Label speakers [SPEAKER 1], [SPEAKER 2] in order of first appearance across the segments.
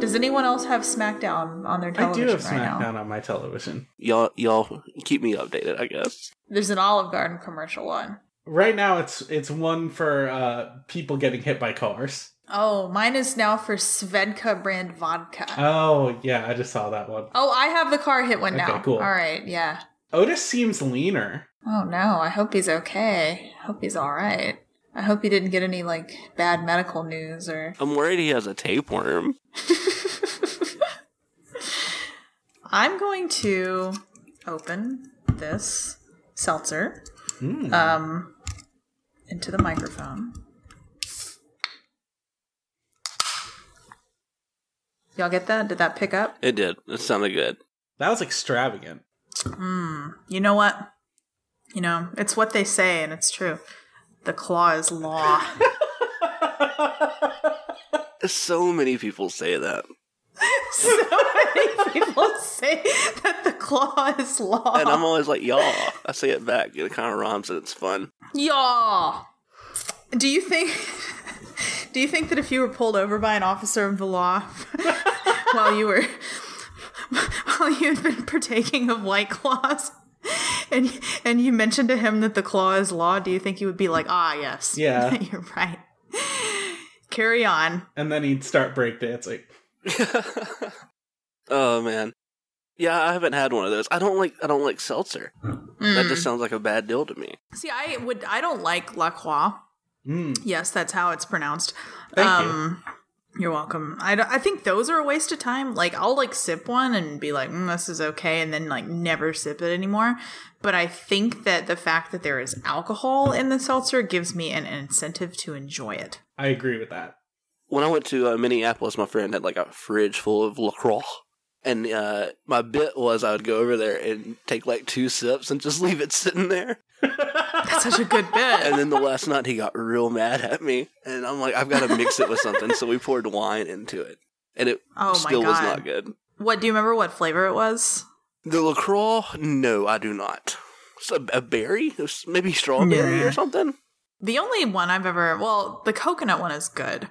[SPEAKER 1] Does anyone else have SmackDown on their
[SPEAKER 2] I do
[SPEAKER 1] television
[SPEAKER 2] have
[SPEAKER 1] right now?
[SPEAKER 2] SmackDown on my television.
[SPEAKER 3] Y'all, y'all keep me updated. I guess.
[SPEAKER 1] There's an Olive Garden commercial one.
[SPEAKER 2] Right now, it's it's one for uh, people getting hit by cars.
[SPEAKER 1] Oh, mine is now for Svedka brand vodka.
[SPEAKER 2] Oh yeah, I just saw that one.
[SPEAKER 1] oh, I have the car hit one now.
[SPEAKER 2] Okay, cool.
[SPEAKER 1] All right, yeah.
[SPEAKER 2] Otis seems leaner.
[SPEAKER 1] Oh no, I hope he's okay. I hope he's all right. I hope he didn't get any like bad medical news or.
[SPEAKER 3] I'm worried he has a tapeworm.
[SPEAKER 1] I'm going to open this seltzer
[SPEAKER 2] Mm.
[SPEAKER 1] um, into the microphone. Y'all get that? Did that pick up?
[SPEAKER 3] It did. It sounded good.
[SPEAKER 2] that was extravagant.
[SPEAKER 1] Mm, you know what? You know, it's what they say, and it's true. The claw is law.
[SPEAKER 3] So many people say that,
[SPEAKER 1] so many people say that the claw is law.
[SPEAKER 3] and I'm always like, "Y'all." I say it back. It kind of rhymes, and it's fun.
[SPEAKER 1] Y'all. Do you think do you think that if you were pulled over by an officer of the law while you were while you had been partaking of white claws and and you mentioned to him that the claw is law, do you think you would be like, "Ah, yes.
[SPEAKER 2] Yeah.
[SPEAKER 1] You're right." Carry on.
[SPEAKER 2] And then he'd start breakdancing.
[SPEAKER 3] oh man, yeah. I haven't had one of those. I don't like. I don't like seltzer. That just sounds like a bad deal to me.
[SPEAKER 1] See, I would I don't like La Croix.
[SPEAKER 2] Mm.
[SPEAKER 1] Yes, that's how it's pronounced.
[SPEAKER 2] Thank
[SPEAKER 1] you. You're welcome. I, d- I think those are a waste of time. Like, I'll like sip one and be like, mm, this is okay, and then like never sip it anymore. But I think that the fact that there is alcohol in the seltzer gives me an incentive to enjoy it.
[SPEAKER 2] I agree with that.
[SPEAKER 3] when I went to uh, Minneapolis, my friend had like a fridge full of LaCroix. And uh, my bit was I would go over there and take like two sips and just leave it sitting there.
[SPEAKER 1] That's such a good
[SPEAKER 3] And
[SPEAKER 1] bit.
[SPEAKER 3] then the last night he got real mad at me. And I'm like, I've got to mix it with something. So we poured wine into it. And it
[SPEAKER 1] Oh my
[SPEAKER 3] still was
[SPEAKER 1] God.
[SPEAKER 3] not good.
[SPEAKER 1] What do you remember? What flavor it was?
[SPEAKER 3] The LaCroix, no, I do not. It's a, a berry? It was maybe strawberry
[SPEAKER 1] Yeah.
[SPEAKER 3] or something?
[SPEAKER 1] The only one I've ever well, the coconut one is good.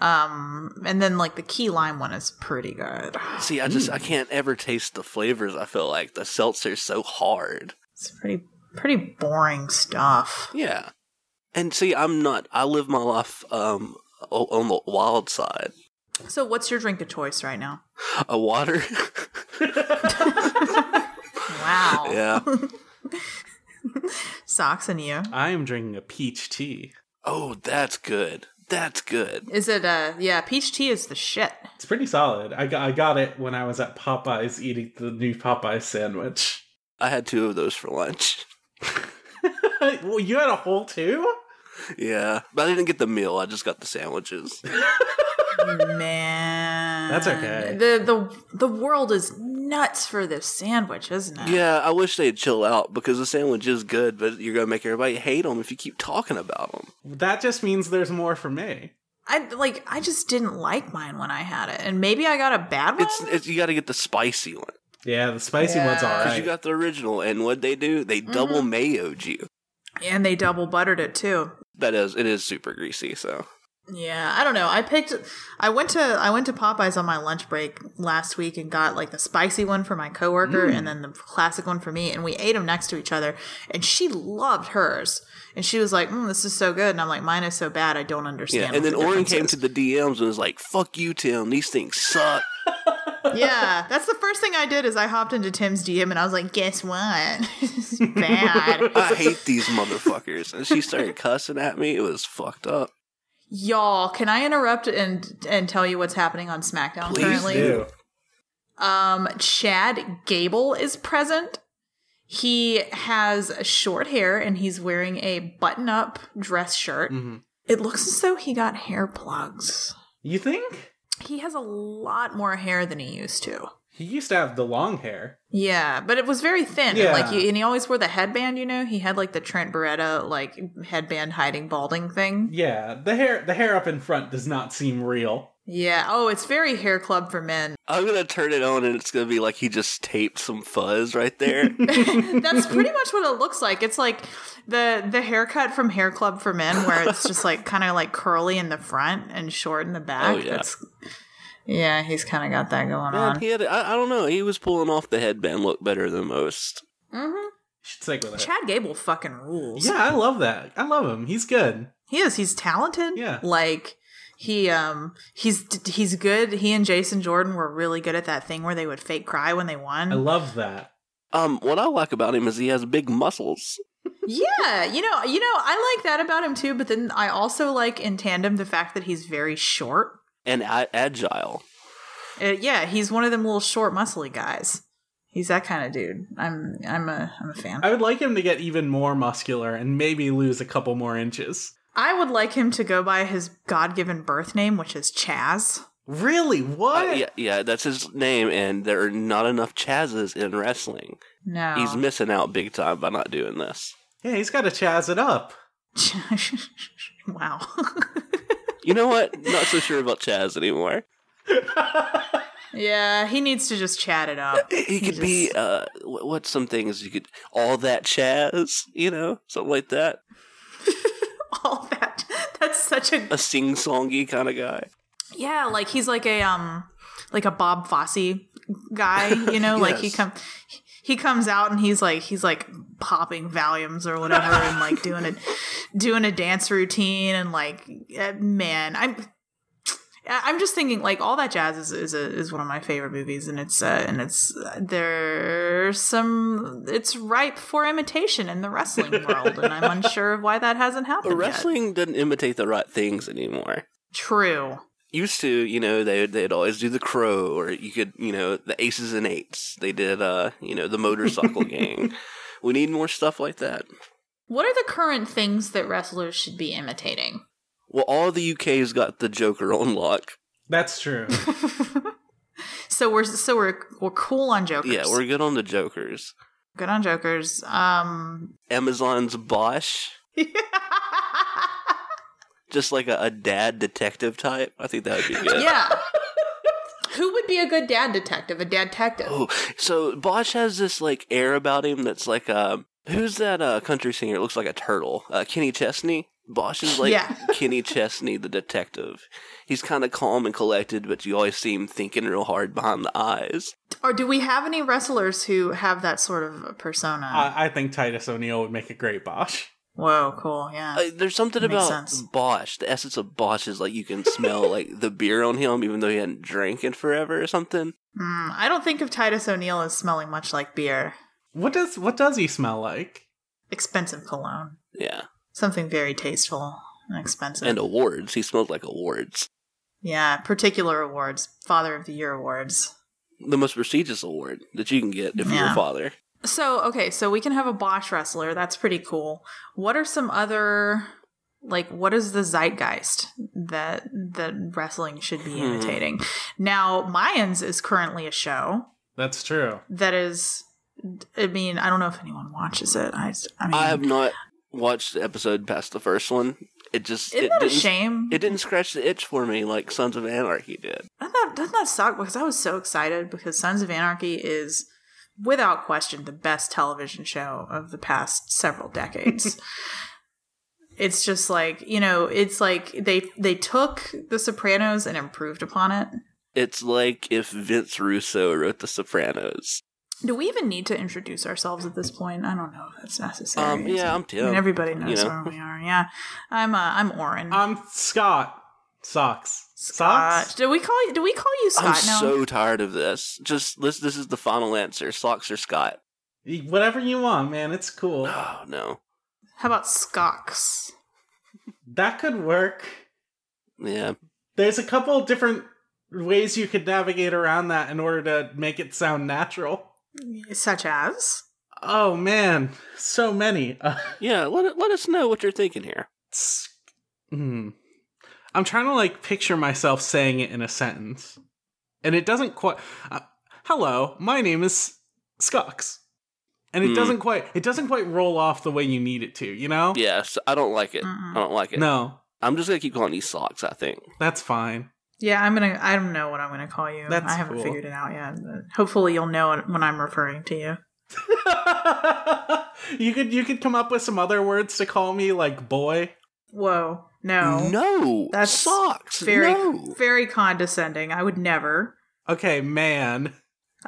[SPEAKER 1] Um, and then like the key lime one is pretty good.
[SPEAKER 3] See, I just, I can't ever taste the flavors. I feel like the seltzer's so hard.
[SPEAKER 1] It's pretty pretty boring stuff.
[SPEAKER 3] Yeah. And see, I'm not. I live my life um o- on the wild side.
[SPEAKER 1] So, what's your drink of choice right now?
[SPEAKER 3] A water.
[SPEAKER 1] Wow.
[SPEAKER 3] yeah.
[SPEAKER 1] Socks and you.
[SPEAKER 2] I am drinking a peach tea.
[SPEAKER 3] Oh, that's good. That's good.
[SPEAKER 1] Is it, uh, yeah, peach tea is the shit.
[SPEAKER 2] It's pretty solid. I got, I got it when I was at Popeyes eating the new Popeyes sandwich.
[SPEAKER 3] I had two of those for lunch.
[SPEAKER 2] well, you had a whole two?
[SPEAKER 3] Yeah, but I didn't get the meal. I just got the sandwiches.
[SPEAKER 1] Man.
[SPEAKER 2] That's okay.
[SPEAKER 1] The, the, the world is nuts for this sandwich, isn't it?
[SPEAKER 3] Yeah, I wish they'd chill out because the sandwich is good, but you're gonna make everybody hate them if you keep talking about them.
[SPEAKER 2] That just means there's more for me.
[SPEAKER 1] I, like, I just didn't like mine when I had it. And maybe I got a bad one.
[SPEAKER 3] It's, it's you got to get the spicy one
[SPEAKER 2] Yeah, the spicy one's
[SPEAKER 1] Yeah.
[SPEAKER 2] all
[SPEAKER 3] because
[SPEAKER 2] right.
[SPEAKER 3] you got the original. And what they do, they double mayoed you.
[SPEAKER 1] and they double buttered it too.
[SPEAKER 3] That is, it is super greasy. So
[SPEAKER 1] Yeah, I don't know. I picked. I went to I went to Popeyes on my lunch break last week and got like the spicy one for my coworker
[SPEAKER 3] Mm.
[SPEAKER 1] and then the classic one for me, and we ate them next to each other. And she loved hers, and she was like, mm, "This is so good," and I'm like, "Mine is so bad. I don't understand."
[SPEAKER 3] Yeah,
[SPEAKER 1] what
[SPEAKER 3] and then
[SPEAKER 1] the
[SPEAKER 3] Oren
[SPEAKER 1] difference
[SPEAKER 3] came
[SPEAKER 1] is."
[SPEAKER 3] to the DMs and was like, "Fuck you, Tim. These things suck."
[SPEAKER 1] yeah, that's the first thing I did is I hopped into Tim's DM and I was like, "Guess what? it's bad,
[SPEAKER 3] I hate these motherfuckers. And she started cussing at me. It was fucked up.
[SPEAKER 1] y'all. Can I interrupt and and tell you what's happening on SmackDown
[SPEAKER 3] Please
[SPEAKER 1] currently?
[SPEAKER 2] Ew.
[SPEAKER 1] Um, Chad Gable is present. He has short hair and he's wearing a button up dress shirt.
[SPEAKER 2] Mhm.
[SPEAKER 1] It looks as though he got hair plugs.
[SPEAKER 2] You think?
[SPEAKER 1] He has a lot more hair than he used to.
[SPEAKER 2] He used to have the long hair.
[SPEAKER 1] Yeah, but it was very thin. And
[SPEAKER 2] Yeah.
[SPEAKER 1] like he, and he always wore the headband, you know? He had like the Trent Beretta like headband hiding balding thing.
[SPEAKER 2] Yeah, the hair the hair up in front does not seem real.
[SPEAKER 1] Yeah. Oh, it's very hair club for men.
[SPEAKER 3] I'm gonna turn it on, and it's gonna be like he just taped some fuzz right there.
[SPEAKER 1] That's pretty much what it looks like. It's like the the haircut from Hair Club for Men, where it's just like kind of like curly in the front and short in the back.
[SPEAKER 3] Oh, yeah.
[SPEAKER 1] That's- Yeah, he's kind of got that going
[SPEAKER 3] Man,
[SPEAKER 1] on.
[SPEAKER 3] he had, I, I don't know, he was pulling off the headband look better than most.
[SPEAKER 1] hmm
[SPEAKER 2] should stick with it.
[SPEAKER 1] Chad Gable fucking rules.
[SPEAKER 2] Yeah, I love that. I love him. He's good.
[SPEAKER 1] He is. He's talented.
[SPEAKER 2] Yeah.
[SPEAKER 1] Like he um he's he's good. He and Jason Jordan were really good at that thing where they would fake cry when they won.
[SPEAKER 2] I love that.
[SPEAKER 3] Um, what I like about him is he has big muscles.
[SPEAKER 1] yeah, you know, you know, I like that about him too. But then I also like in tandem the fact that he's very short.
[SPEAKER 3] and a- agile.
[SPEAKER 1] Uh, yeah, he's one of them little short, muscly guys. He's that kind of dude. I'm I'm a I'm a fan.
[SPEAKER 2] I would like him to get even more muscular and maybe lose a couple more inches.
[SPEAKER 1] I would like him to go by his God given birth name, which is Chaz.
[SPEAKER 2] Really?
[SPEAKER 3] Uh,
[SPEAKER 2] What?
[SPEAKER 3] yeah, yeah, that's his name, and there are not enough Chazes in wrestling.
[SPEAKER 1] No.
[SPEAKER 3] He's missing out big time by not doing this.
[SPEAKER 2] yeah, he's got to chaz it up.
[SPEAKER 1] wow.
[SPEAKER 3] You know what? not so sure about Chaz anymore.
[SPEAKER 1] yeah, he needs to just chat it up.
[SPEAKER 3] He could be uh, wh- what's some things you could all that Chaz, you know, something like that.
[SPEAKER 1] all that. That's such a
[SPEAKER 3] A sing-songy kind of guy.
[SPEAKER 1] yeah. Like he's like a um like a Bob Fosse guy. You know, like he
[SPEAKER 3] Yes.
[SPEAKER 1] come he comes out and he's like he's like popping Valiums or whatever and like doing a doing a dance routine and like eh, man, I'm. I- I'm just thinking, like all that jazz is is, a, is one of my favorite movies, and it's uh, and it's uh, there's some it's ripe for imitation in the wrestling world, and I'm unsure of why that hasn't happened.
[SPEAKER 3] But
[SPEAKER 1] yet.
[SPEAKER 3] wrestling doesn't imitate the right things anymore.
[SPEAKER 1] True.
[SPEAKER 3] Used to, you know, they they'd always do the crow, or you could, you know, the aces and eights. They did, uh, you know, the motorcycle gang. We need more stuff like that.
[SPEAKER 4] What are the current things that wrestlers should be imitating?
[SPEAKER 3] Well, all the UK's got the Joker on lock.
[SPEAKER 2] That's true.
[SPEAKER 1] So we're so we're we're cool on jokers.
[SPEAKER 3] Yeah, we're good on the Jokers.
[SPEAKER 1] good on jokers. Um,
[SPEAKER 3] Amazon's Bosch, just like a, a dad detective type. I think that would be good.
[SPEAKER 1] yeah,
[SPEAKER 4] Who would be a good dad detective? A dad detective.
[SPEAKER 3] Oh, so Bosch has this like air about him that's like uh, who's that uh, country singer? that looks like a turtle. Uh, Kenny Chesney. Bosch is like
[SPEAKER 1] Yeah.
[SPEAKER 3] Kenny Chesney, the detective. He's kind of calm and collected, but you always see him thinking real hard behind the eyes.
[SPEAKER 1] or do we have any wrestlers who have that sort of persona?
[SPEAKER 2] I, I think Titus O'Neil would make a great Bosch.
[SPEAKER 1] Whoa, cool. Yeah,
[SPEAKER 3] Uh, there's something
[SPEAKER 1] Makes
[SPEAKER 3] about
[SPEAKER 1] sense.
[SPEAKER 3] Bosch. The essence of Bosch is like you can smell like the beer on him, even though he hadn't drank in forever or something.
[SPEAKER 1] mm, I don't think of Titus O'Neil as smelling much like beer.
[SPEAKER 2] What does what does he smell like?
[SPEAKER 1] Expensive cologne,
[SPEAKER 3] Yeah,
[SPEAKER 1] something very tasteful and expensive.
[SPEAKER 3] and awards. He smells like awards.
[SPEAKER 1] yeah, particular awards, Father of the Year awards.
[SPEAKER 3] The most prestigious award that you can get if you're
[SPEAKER 1] Yeah.
[SPEAKER 3] a father.
[SPEAKER 1] So okay, so we can have a Bosch wrestler. That's pretty cool. What are some other like what is the zeitgeist that that wrestling should be
[SPEAKER 3] Hmm.
[SPEAKER 1] imitating? Now, Mayans is currently a show
[SPEAKER 2] That's true.
[SPEAKER 1] that is. I mean, I don't know if anyone watches it. I, I mean,
[SPEAKER 3] I have not watched the episode past the first one. It just
[SPEAKER 1] isn't
[SPEAKER 3] it
[SPEAKER 1] that a
[SPEAKER 3] didn't,
[SPEAKER 1] shame?
[SPEAKER 3] It didn't scratch the itch for me like Sons of Anarchy did.
[SPEAKER 1] Doesn't that, doesn't that suck? Because I was so excited because Sons of Anarchy is, without question, the best television show of the past several decades. it's just like you know, it's like they they took The Sopranos and improved upon it.
[SPEAKER 3] It's like if Vince Russo wrote The Sopranos.
[SPEAKER 1] Do we even need to introduce ourselves at this point? I don't know if that's necessary.
[SPEAKER 3] Um, yeah, I'm
[SPEAKER 1] I mean,
[SPEAKER 3] Tim.
[SPEAKER 1] everybody knows
[SPEAKER 3] know.
[SPEAKER 1] where we are. Yeah, I'm uh, I'm Oren.
[SPEAKER 2] Um, Scott socks.
[SPEAKER 1] Scott.
[SPEAKER 2] Socks.
[SPEAKER 1] Do we call you? Do we call you Scott
[SPEAKER 3] I'm
[SPEAKER 1] now?
[SPEAKER 3] so tired of this. Just this. This is the final answer. Socks or Scott?
[SPEAKER 2] Whatever you want, man. It's cool.
[SPEAKER 3] Oh no.
[SPEAKER 1] How about Scocks?
[SPEAKER 2] That could work.
[SPEAKER 3] Yeah.
[SPEAKER 2] There's a couple different ways you could navigate around that in order to make it sound natural.
[SPEAKER 1] Such as.
[SPEAKER 2] Oh man, so many. Uh,
[SPEAKER 3] Yeah. Let let us know what you're thinking here.
[SPEAKER 2] s- hmm. I'm trying to like picture myself saying it in a sentence, and it doesn't quite. Uh, Hello, my name is Scox, and it
[SPEAKER 3] Hmm.
[SPEAKER 2] doesn't quite. It doesn't quite roll off the way you need it to. You know?
[SPEAKER 3] Yes. I don't like it.
[SPEAKER 1] Mm-mm.
[SPEAKER 3] I don't like it.
[SPEAKER 2] No,
[SPEAKER 3] I'm just gonna keep calling these socks. I think.
[SPEAKER 2] that's fine.
[SPEAKER 1] Yeah, I'm gonna. I don't know what I'm gonna call you.
[SPEAKER 2] That's
[SPEAKER 1] I haven't
[SPEAKER 2] cool.
[SPEAKER 1] figured it out yet. but Hopefully, you'll know it when I'm referring to you.
[SPEAKER 2] you could you could come up with some other words to call me like boy.
[SPEAKER 5] Whoa. No.
[SPEAKER 3] No,
[SPEAKER 5] That's
[SPEAKER 3] socks.
[SPEAKER 5] Very,
[SPEAKER 3] no.
[SPEAKER 5] very condescending. I would never.
[SPEAKER 2] Okay, man.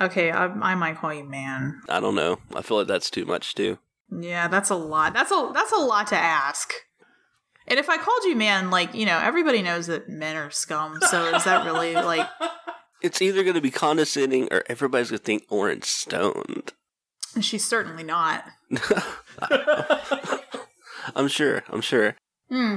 [SPEAKER 5] Okay, I, I might call you man.
[SPEAKER 3] I don't know. I feel like that's too much too.
[SPEAKER 5] Yeah, that's a lot. That's a that's a lot to ask. And if I called you man, like you know, everybody knows that men are scum. So is that really like?
[SPEAKER 3] It's either going to be condescending or everybody's going to think Orange stoned.
[SPEAKER 5] She's certainly not.
[SPEAKER 3] I'm sure. I'm sure.
[SPEAKER 1] Hmm.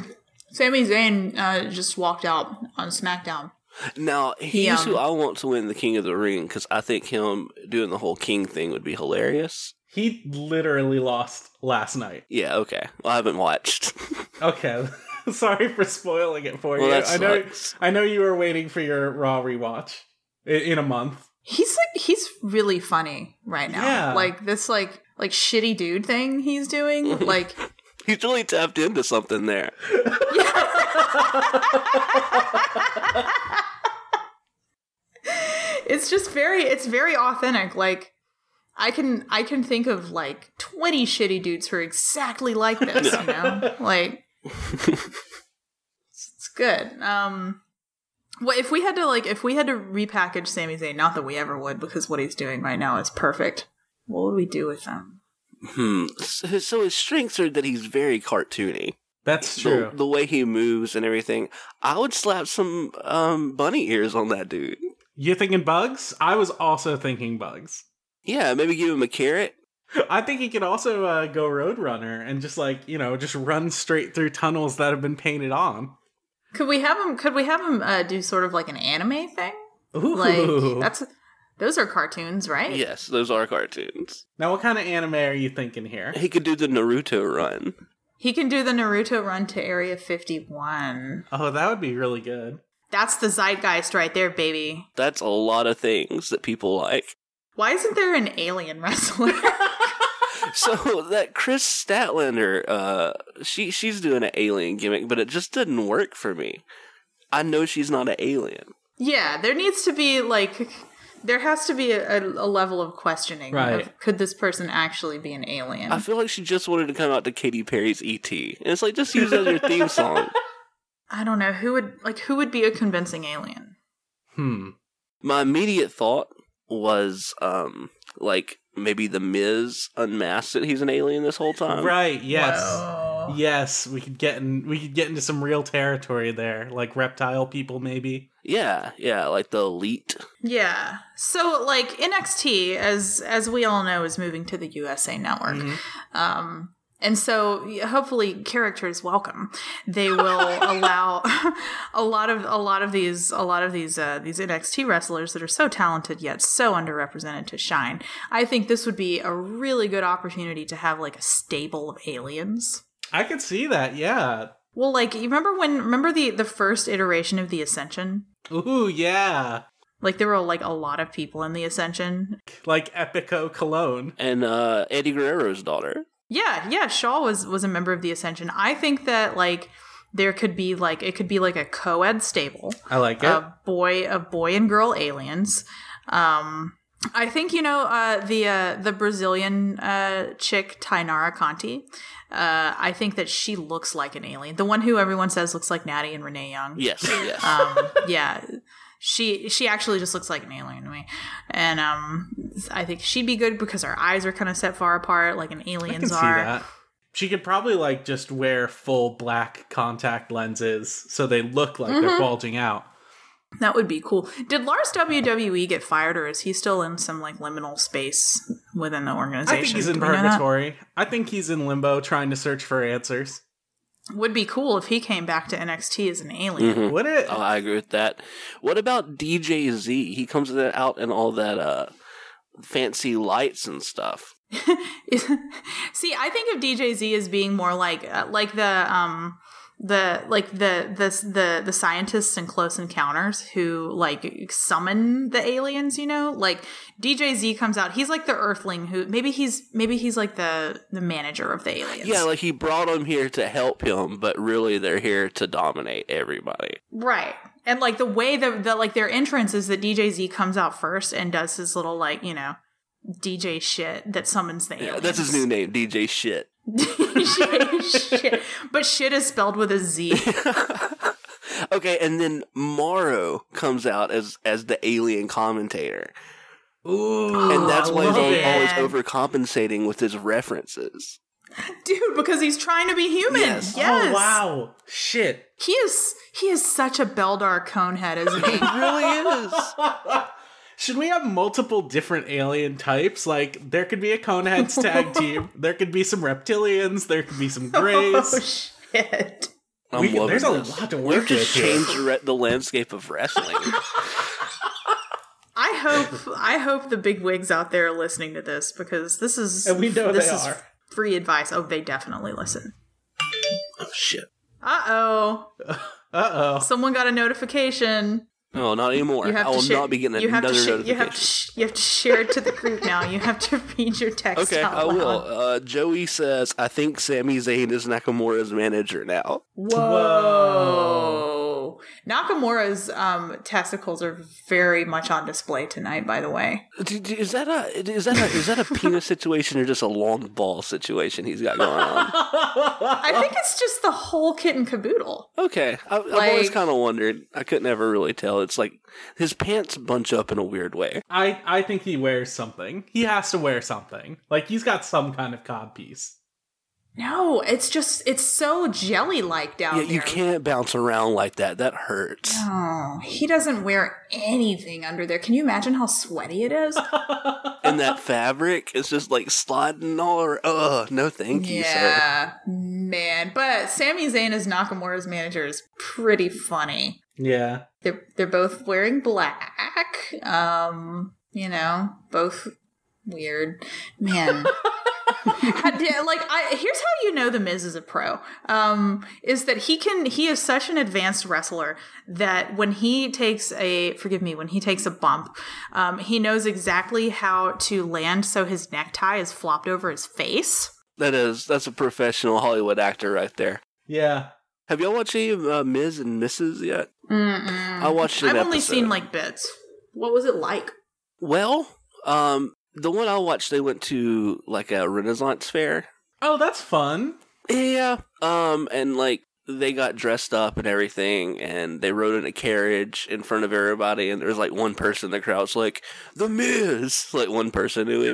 [SPEAKER 1] Sami Zayn uh, just walked out on SmackDown.
[SPEAKER 3] Now he's
[SPEAKER 1] um,
[SPEAKER 3] who I want to win the King of the Ring because I think him doing the whole King thing would be hilarious.
[SPEAKER 2] He literally lost last night.
[SPEAKER 3] Yeah. Okay. Well, I haven't watched.
[SPEAKER 2] Okay. Sorry for spoiling it for
[SPEAKER 3] well,
[SPEAKER 2] you.
[SPEAKER 3] that
[SPEAKER 2] Oh, I know
[SPEAKER 3] sucks.
[SPEAKER 2] I know you were waiting for your raw rewatch i- in a month.
[SPEAKER 1] He's like he's really funny right now.
[SPEAKER 2] Yeah.
[SPEAKER 1] Like this like like shitty dude thing he's doing. like
[SPEAKER 3] He's really tapped into something there.
[SPEAKER 1] it's just very it's very authentic. Like I can I can think of like 20 shitty dudes who are exactly like this, you know? Like it's good.
[SPEAKER 5] Um, well, if we had to like, if we had to repackage Sami Zayn, not that we ever would, because what he's doing right now is perfect. What would we do with him?
[SPEAKER 3] Hmm. So, so his strengths are that he's very cartoony.
[SPEAKER 2] That's
[SPEAKER 3] The, the way he moves and everything. I would slap some um, bunny ears on that dude.
[SPEAKER 2] You thinking bugs? I was also thinking bugs.
[SPEAKER 3] Yeah, maybe give him a carrot.
[SPEAKER 2] I think he could also uh, go roadrunner and just like you know just run straight through tunnels that have been painted on.
[SPEAKER 1] Could we have him could we have him uh, do sort of like an anime thing?
[SPEAKER 2] Ooh.
[SPEAKER 1] Like that's those are cartoons, right?
[SPEAKER 3] Yes, those are cartoons.
[SPEAKER 2] now, what kind of anime are you thinking here?
[SPEAKER 3] He could do the Naruto run.
[SPEAKER 1] He can do the Naruto run to Area 51.
[SPEAKER 2] Oh, that would be really good.
[SPEAKER 5] That's the zeitgeist right there, baby.
[SPEAKER 3] That's a lot of things that people like.
[SPEAKER 1] Why isn't there an alien wrestler?
[SPEAKER 3] So that Chris Statlander, uh, she she's doing an alien gimmick, but it just didn't work for me. I know she's not an alien.
[SPEAKER 1] yeah, there needs to be like there has to be a, a, a level of questioning.
[SPEAKER 2] Right.
[SPEAKER 1] Of, could this person actually be an alien?
[SPEAKER 3] I feel like she just wanted to come out to Katy Perry's ET, and it's like just use it as your theme song.
[SPEAKER 1] I don't know who would like who would be a convincing alien.
[SPEAKER 2] Hmm.
[SPEAKER 3] My immediate thought was um like maybe the Miz unmasked that he's an alien this whole time.
[SPEAKER 2] right. Yes.
[SPEAKER 1] Whoa.
[SPEAKER 2] Yes, we could get in. We could get into some real territory there, like reptile people, maybe.
[SPEAKER 3] Yeah, yeah, like the elite.
[SPEAKER 1] Yeah. So like NXT as as we all know is moving to the USA network. Um and so yeah, hopefully characters welcome. They will allow a lot of a lot of these a lot of these uh, these NXT wrestlers that are so talented yet so underrepresented to shine. I think this would be a really good opportunity to have like a stable of aliens.
[SPEAKER 2] I could see that. Yeah.
[SPEAKER 1] Well, like you remember when remember the the first iteration of the Ascension?
[SPEAKER 2] Ooh, yeah.
[SPEAKER 1] Like there were like a lot of people in the Ascension,
[SPEAKER 2] Like Epico Cologne.
[SPEAKER 3] And uh Eddie Guerrero's daughter.
[SPEAKER 1] Yeah, yeah, Shaw was was a member of the Ascension. I think that like there could be like it could be like a co-ed stable
[SPEAKER 2] I like it.
[SPEAKER 3] Uh,
[SPEAKER 1] a boy of boy and girl aliens. Um I think you know uh the uh the Brazilian uh chick Tainara Conti. Uh I think that she looks like an alien. The one who everyone says looks like Natty and Renee Young.
[SPEAKER 3] Yes, yes.
[SPEAKER 1] Um yeah. She she actually just looks like an alien to me. And um I think she'd be good because her eyes are kind of set far apart like an
[SPEAKER 2] I can
[SPEAKER 1] alien's
[SPEAKER 2] see
[SPEAKER 1] are.
[SPEAKER 2] that. She could probably like just wear full black contact lenses so they look like
[SPEAKER 3] Mm-hmm.
[SPEAKER 2] they're bulging out.
[SPEAKER 1] That would be cool. Did Lars WWE get fired, or is he still in some like liminal space within the organization?
[SPEAKER 2] I think he's in
[SPEAKER 1] Do we know that?
[SPEAKER 2] purgatory. I think he's in limbo trying to search for answers.
[SPEAKER 1] Would be cool if he came back to NXT as an alien.
[SPEAKER 3] Mhm.
[SPEAKER 2] Would it?
[SPEAKER 3] Oh, I agree with that. What about DJ Z? He comes in- out in all that uh fancy lights and stuff.
[SPEAKER 1] See, I think of DJZ as being more like uh, like the um the like the the the the scientists in Close Encounters who like summon the aliens. You know, like DJZ comes out. He's like the Earthling who maybe he's maybe he's like the the manager of the aliens.
[SPEAKER 3] Yeah, like he brought them here to help him, but really they're here to dominate everybody.
[SPEAKER 1] Right. And like the way that the like their entrance is that DJ Z comes out first and does his little like, you know, DJ shit that summons the
[SPEAKER 3] Yeah,
[SPEAKER 1] aliens.
[SPEAKER 3] that's his new name, DJ Shit.
[SPEAKER 1] DJ shit. But shit is spelled with a Z.
[SPEAKER 3] Okay, and then Morrow comes out as as the alien commentator,
[SPEAKER 2] Ooh.
[SPEAKER 3] and that's
[SPEAKER 1] I
[SPEAKER 3] why he's
[SPEAKER 1] love
[SPEAKER 3] al-
[SPEAKER 1] it.
[SPEAKER 3] always overcompensating with his references.
[SPEAKER 1] Dude, because he's trying to be human.
[SPEAKER 3] Yes.
[SPEAKER 1] Yes.
[SPEAKER 2] Oh wow. Shit.
[SPEAKER 1] He is he is such a Beldar conehead, isn't he?
[SPEAKER 3] He really is.
[SPEAKER 2] Should we have multiple different alien types? Like there could be a Coneheads tag team. There could be some reptilians. There could be some
[SPEAKER 1] oh
[SPEAKER 2] greys.
[SPEAKER 1] shit.
[SPEAKER 3] I'm
[SPEAKER 2] We-
[SPEAKER 3] loving
[SPEAKER 2] there's a
[SPEAKER 3] this.
[SPEAKER 2] lot to work
[SPEAKER 3] We've just
[SPEAKER 2] with here.
[SPEAKER 3] changed re- the landscape of wrestling.
[SPEAKER 1] I hope I hope the big wigs out there are listening to this because this is
[SPEAKER 2] And we know
[SPEAKER 1] this
[SPEAKER 2] they
[SPEAKER 1] is
[SPEAKER 2] are.
[SPEAKER 1] free advice. Oh, they definitely listen.
[SPEAKER 3] oh shit!
[SPEAKER 1] Uh oh,
[SPEAKER 2] Uh oh.
[SPEAKER 1] someone got a notification.
[SPEAKER 3] No, not anymore.
[SPEAKER 1] You have
[SPEAKER 3] I will
[SPEAKER 1] to share.
[SPEAKER 3] not be getting
[SPEAKER 1] you have
[SPEAKER 3] another
[SPEAKER 1] to sh-
[SPEAKER 3] notification.
[SPEAKER 1] You have to sh- you have to share it to the group now. You have to read your text.
[SPEAKER 3] Okay,
[SPEAKER 1] out
[SPEAKER 3] I
[SPEAKER 1] loud.
[SPEAKER 3] will. Uh, Joey says, "I think Sami Zayn is Nakamura's manager now."
[SPEAKER 1] Whoa. Nakamura's um, testicles are very much on display tonight, by the way.
[SPEAKER 3] D- d- Is that a is that a is that a penis situation or just a long ball situation he's got going on?
[SPEAKER 1] I think it's just the whole kit and caboodle.
[SPEAKER 3] Okay, I, I've always
[SPEAKER 1] Like-
[SPEAKER 3] kind of wondered. I could never really tell. It's like his pants bunch up in a weird way.
[SPEAKER 2] I I think he wears something. He has to wear something. Like he's got some kind of cod piece.
[SPEAKER 1] No, it's just, it's so jelly like down
[SPEAKER 3] Yeah,
[SPEAKER 1] there.
[SPEAKER 3] you can't bounce around like that. That hurts.
[SPEAKER 1] Oh, he doesn't wear anything under there. Can you imagine how sweaty it is?
[SPEAKER 3] And that fabric is just like sliding all. Around. Ugh, no, thank you, sir.
[SPEAKER 1] yeah, man. But Sami Zayn as Nakamura's manager is pretty funny.
[SPEAKER 2] Yeah.
[SPEAKER 1] they're they're both wearing black. Um, you know, both weird. Man. I did- like I here's how you know the Miz is a pro. Um, is that he can he is such an advanced wrestler that when he takes a forgive me, when he takes a bump, um, he knows exactly how to land so his necktie is flopped over his face.
[SPEAKER 3] That is that's a professional Hollywood actor right there.
[SPEAKER 2] Yeah.
[SPEAKER 3] Have y'all watched any of uh, Ms. and Mrs. yet?
[SPEAKER 1] Mm-mm.
[SPEAKER 3] I watched an
[SPEAKER 1] I've only
[SPEAKER 3] episode.
[SPEAKER 1] seen like bits. What was it like?
[SPEAKER 3] Well, um, the one I watched, they went to like a Renaissance fair.
[SPEAKER 2] Oh, that's fun.
[SPEAKER 3] Yeah. Um, and like they got dressed up and everything, and they rode in a carriage in front of everybody, and there was like one person in the crowd's like the Miz, like one person who.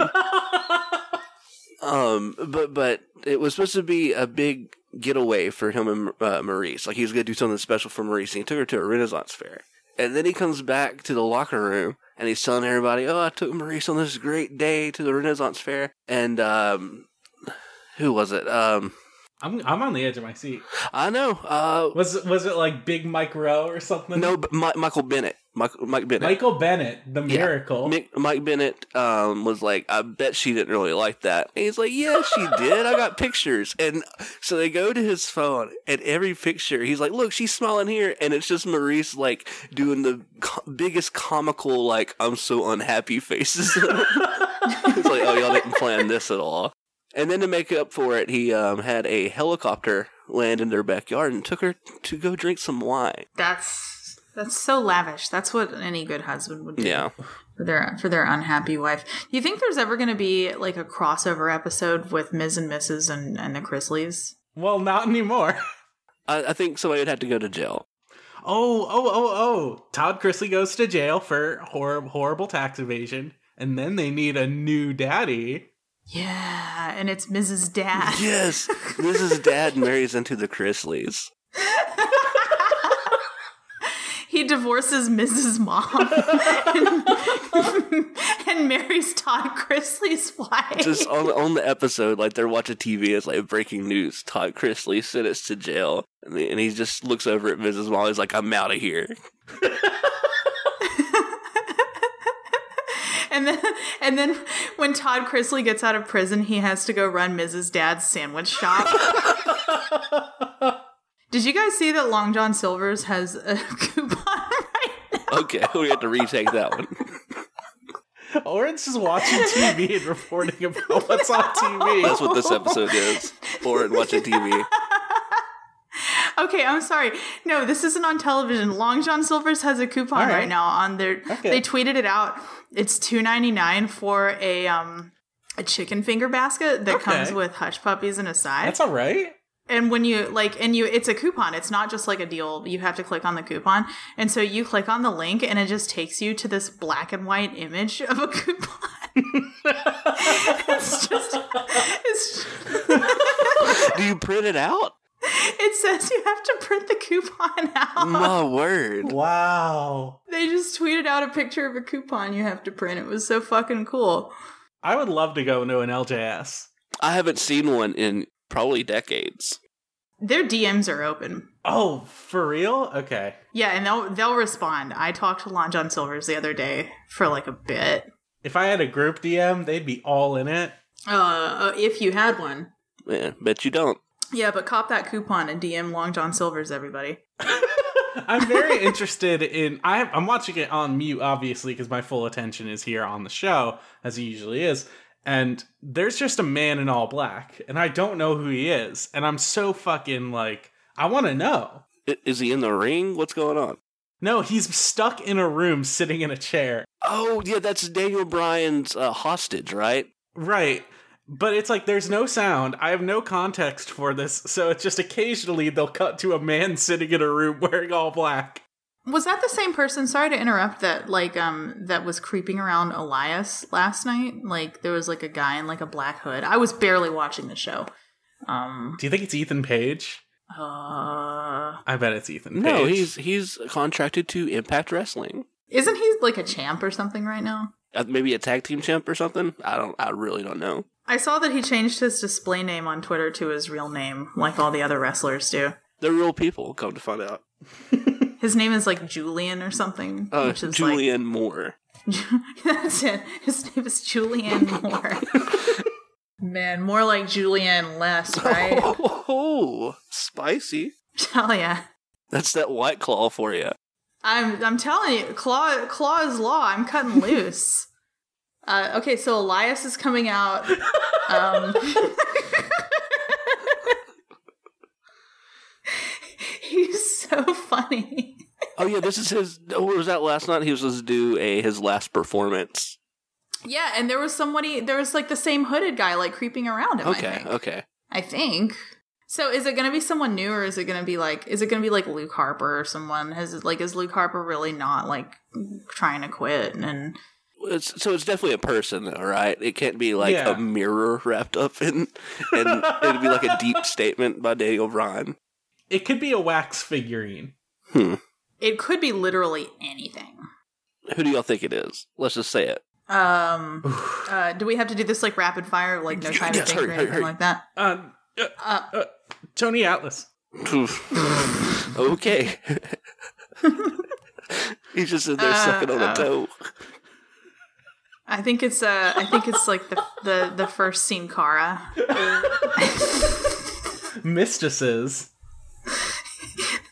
[SPEAKER 3] um, but but it was supposed to be a big getaway for him and uh, Maurice. Like he was gonna do something special for Maurice, and he took her to a Renaissance fair. And then he comes back to the locker room and he's telling everybody, "Oh, I took Maurice on this great day to the Renaissance fair." And um, who was it? Um,
[SPEAKER 2] I'm I'm on the edge of my seat.
[SPEAKER 3] I know. Uh,
[SPEAKER 2] Was was it like Big Mike Rowe or something?
[SPEAKER 3] no, but Mi- Michael Bennett. Mike, Mike Bennett.
[SPEAKER 2] Michael Bennett, the
[SPEAKER 3] Yeah.
[SPEAKER 2] miracle.
[SPEAKER 3] Mick, Mike Bennett um, was like, I bet she didn't really like that. And he's like, Yeah, she did. I got pictures. And so they go to his phone, and every picture, he's like, Look, she's smiling here. And it's just Maurice, like, doing the co- biggest comical, like, I'm so unhappy faces. it's like, Oh, y'all didn't plan this at all. And then to make up for it, he um, had a helicopter land in their backyard and took her to go drink some wine.
[SPEAKER 1] That's that's so lavish. That's what any good husband would do.
[SPEAKER 3] Yeah.
[SPEAKER 1] for their for their unhappy wife. Do you think there's ever going to be like a crossover episode with Ms. and Mrs. and and the Chrisleys?
[SPEAKER 2] Well, not anymore.
[SPEAKER 3] I, I think somebody would have to go to jail.
[SPEAKER 2] Oh, oh, oh, oh. Todd Chrisley goes to jail for hor- horrible tax evasion, and then they need a new daddy.
[SPEAKER 1] Yeah, and it's Mrs. Dad.
[SPEAKER 3] Yes, this is dad marries into the Chrisleys.
[SPEAKER 1] He divorces Mrs. Mom and, and marries Todd Chrisley's wife.
[SPEAKER 3] Just on on the episode, like they're watching TV, it's like breaking news. Todd Chrisley sentenced to jail, and he, and he just looks over at Mrs. Molly's like, "I'm out of here."
[SPEAKER 1] and then and then when Todd Chrisley gets out of prison, he has to go run Mrs. Dad's sandwich shop. Did you guys see that Long John Silver's has a coupon right
[SPEAKER 3] Okay, we have to retake that one.
[SPEAKER 2] Orange is watching TV and reporting about what's on TV.
[SPEAKER 3] That's what this episode is. Lauren watching TV.
[SPEAKER 1] Okay, I'm sorry. No, this isn't on television. Long John Silver's has a coupon
[SPEAKER 2] All
[SPEAKER 1] right.
[SPEAKER 2] right.
[SPEAKER 1] now on their.
[SPEAKER 2] Okay.
[SPEAKER 1] They tweeted it out. It's two ninety nine for a um a chicken finger basket that
[SPEAKER 2] Okay.
[SPEAKER 1] comes with hush puppies and a side.
[SPEAKER 2] That's all right.
[SPEAKER 1] and when you like and you it's a coupon it's not just like a deal you have to click on the coupon and so you click on the link and it just takes you to this black and white image of a coupon it's just it's
[SPEAKER 3] Do you print it out?
[SPEAKER 1] it says you have to print the coupon out
[SPEAKER 3] My word.
[SPEAKER 2] Wow.
[SPEAKER 1] they just tweeted out a picture of a coupon you have to print it was so fucking cool
[SPEAKER 2] I would love to go into an LJS.
[SPEAKER 3] I haven't seen one in probably decades.
[SPEAKER 1] their dms are open
[SPEAKER 2] Oh, for real? Okay.
[SPEAKER 1] yeah and they'll they'll respond i talked to lon john silvers the other day for like a bit
[SPEAKER 2] If I had a group DM, they'd be all in it.
[SPEAKER 1] uh if you had one
[SPEAKER 3] Man, bet you don't.
[SPEAKER 1] Yeah, but cop that coupon and DM Long John Silver's everybody.
[SPEAKER 2] I'm very interested in. I, I'm watching it on mute, obviously, because my full attention is here on the show, as he usually is. And there's just a man in all black, and I don't know who he is. And I'm so fucking like, I want to know.
[SPEAKER 3] I- Is he in the ring? What's going on?
[SPEAKER 2] No, he's stuck in a room sitting in a chair.
[SPEAKER 3] Oh, yeah, that's Daniel Bryan's uh, hostage, right?
[SPEAKER 2] Right. But it's like there's no sound. I have no context for this. So it's just occasionally they'll cut to a man sitting in a room wearing all black.
[SPEAKER 1] Was that the same person? Sorry to interrupt. That like um that was creeping around Elias last night. Like there was like a guy in like a black hood. I was barely watching the show. Um.
[SPEAKER 2] Do you think it's Ethan Page?
[SPEAKER 1] Uh.
[SPEAKER 2] I bet it's Ethan Page.
[SPEAKER 3] No, he's he's contracted to Impact Wrestling.
[SPEAKER 1] Isn't he like a champ or something right now?
[SPEAKER 3] Uh, maybe a tag team champ or something. I don't. I really don't know.
[SPEAKER 1] I saw that he changed his display name on Twitter to his real name, like all the other wrestlers do.
[SPEAKER 3] They're real people. Come to find out.
[SPEAKER 1] His name is like Julian or something,
[SPEAKER 3] Uh,
[SPEAKER 1] which is
[SPEAKER 3] Julian Moore.
[SPEAKER 1] like that's it. His name is Julian Moore. Man, more like Julian less, right?
[SPEAKER 3] Oh, oh, oh, spicy.
[SPEAKER 1] Hell yeah.
[SPEAKER 3] That's that white claw for you.
[SPEAKER 1] I'm I'm telling you, claw claw is law. I'm cutting loose. Uh, okay, so Elias is coming out. Um, he's so funny.
[SPEAKER 3] Oh yeah, this is his. oh, What was that last night? He was supposed to do a his last performance.
[SPEAKER 1] Yeah, and there was somebody. There was like the same hooded guy, like creeping around him. I
[SPEAKER 3] Okay,
[SPEAKER 1] think.
[SPEAKER 3] okay.
[SPEAKER 1] I think. So is it going to be someone new, or is it going to be like? Is it going to be like Luke Harper or someone? Has like is Luke Harper really not like trying to quit and?
[SPEAKER 3] It's, so it's definitely a person, though, right? It can't be like
[SPEAKER 2] Yeah.
[SPEAKER 3] a mirror wrapped up in, and it'd be like a deep statement by Daniel Bryan.
[SPEAKER 2] It could be a wax figurine.
[SPEAKER 1] It could be literally anything.
[SPEAKER 3] Who do y'all think it is? Let's just say it.
[SPEAKER 1] Um, uh, do we have to do this like rapid fire, like no time to
[SPEAKER 3] Yes,
[SPEAKER 1] think or
[SPEAKER 3] hurry, hurry,
[SPEAKER 1] anything
[SPEAKER 3] hurry.
[SPEAKER 1] like that?
[SPEAKER 2] Um, uh, uh, Tony Atlas.
[SPEAKER 3] okay. He's just in there sucking
[SPEAKER 1] Uh,
[SPEAKER 3] on a toe.
[SPEAKER 1] I think it's uh, I think it's like the the the first scene, Kara.
[SPEAKER 2] Mistresses.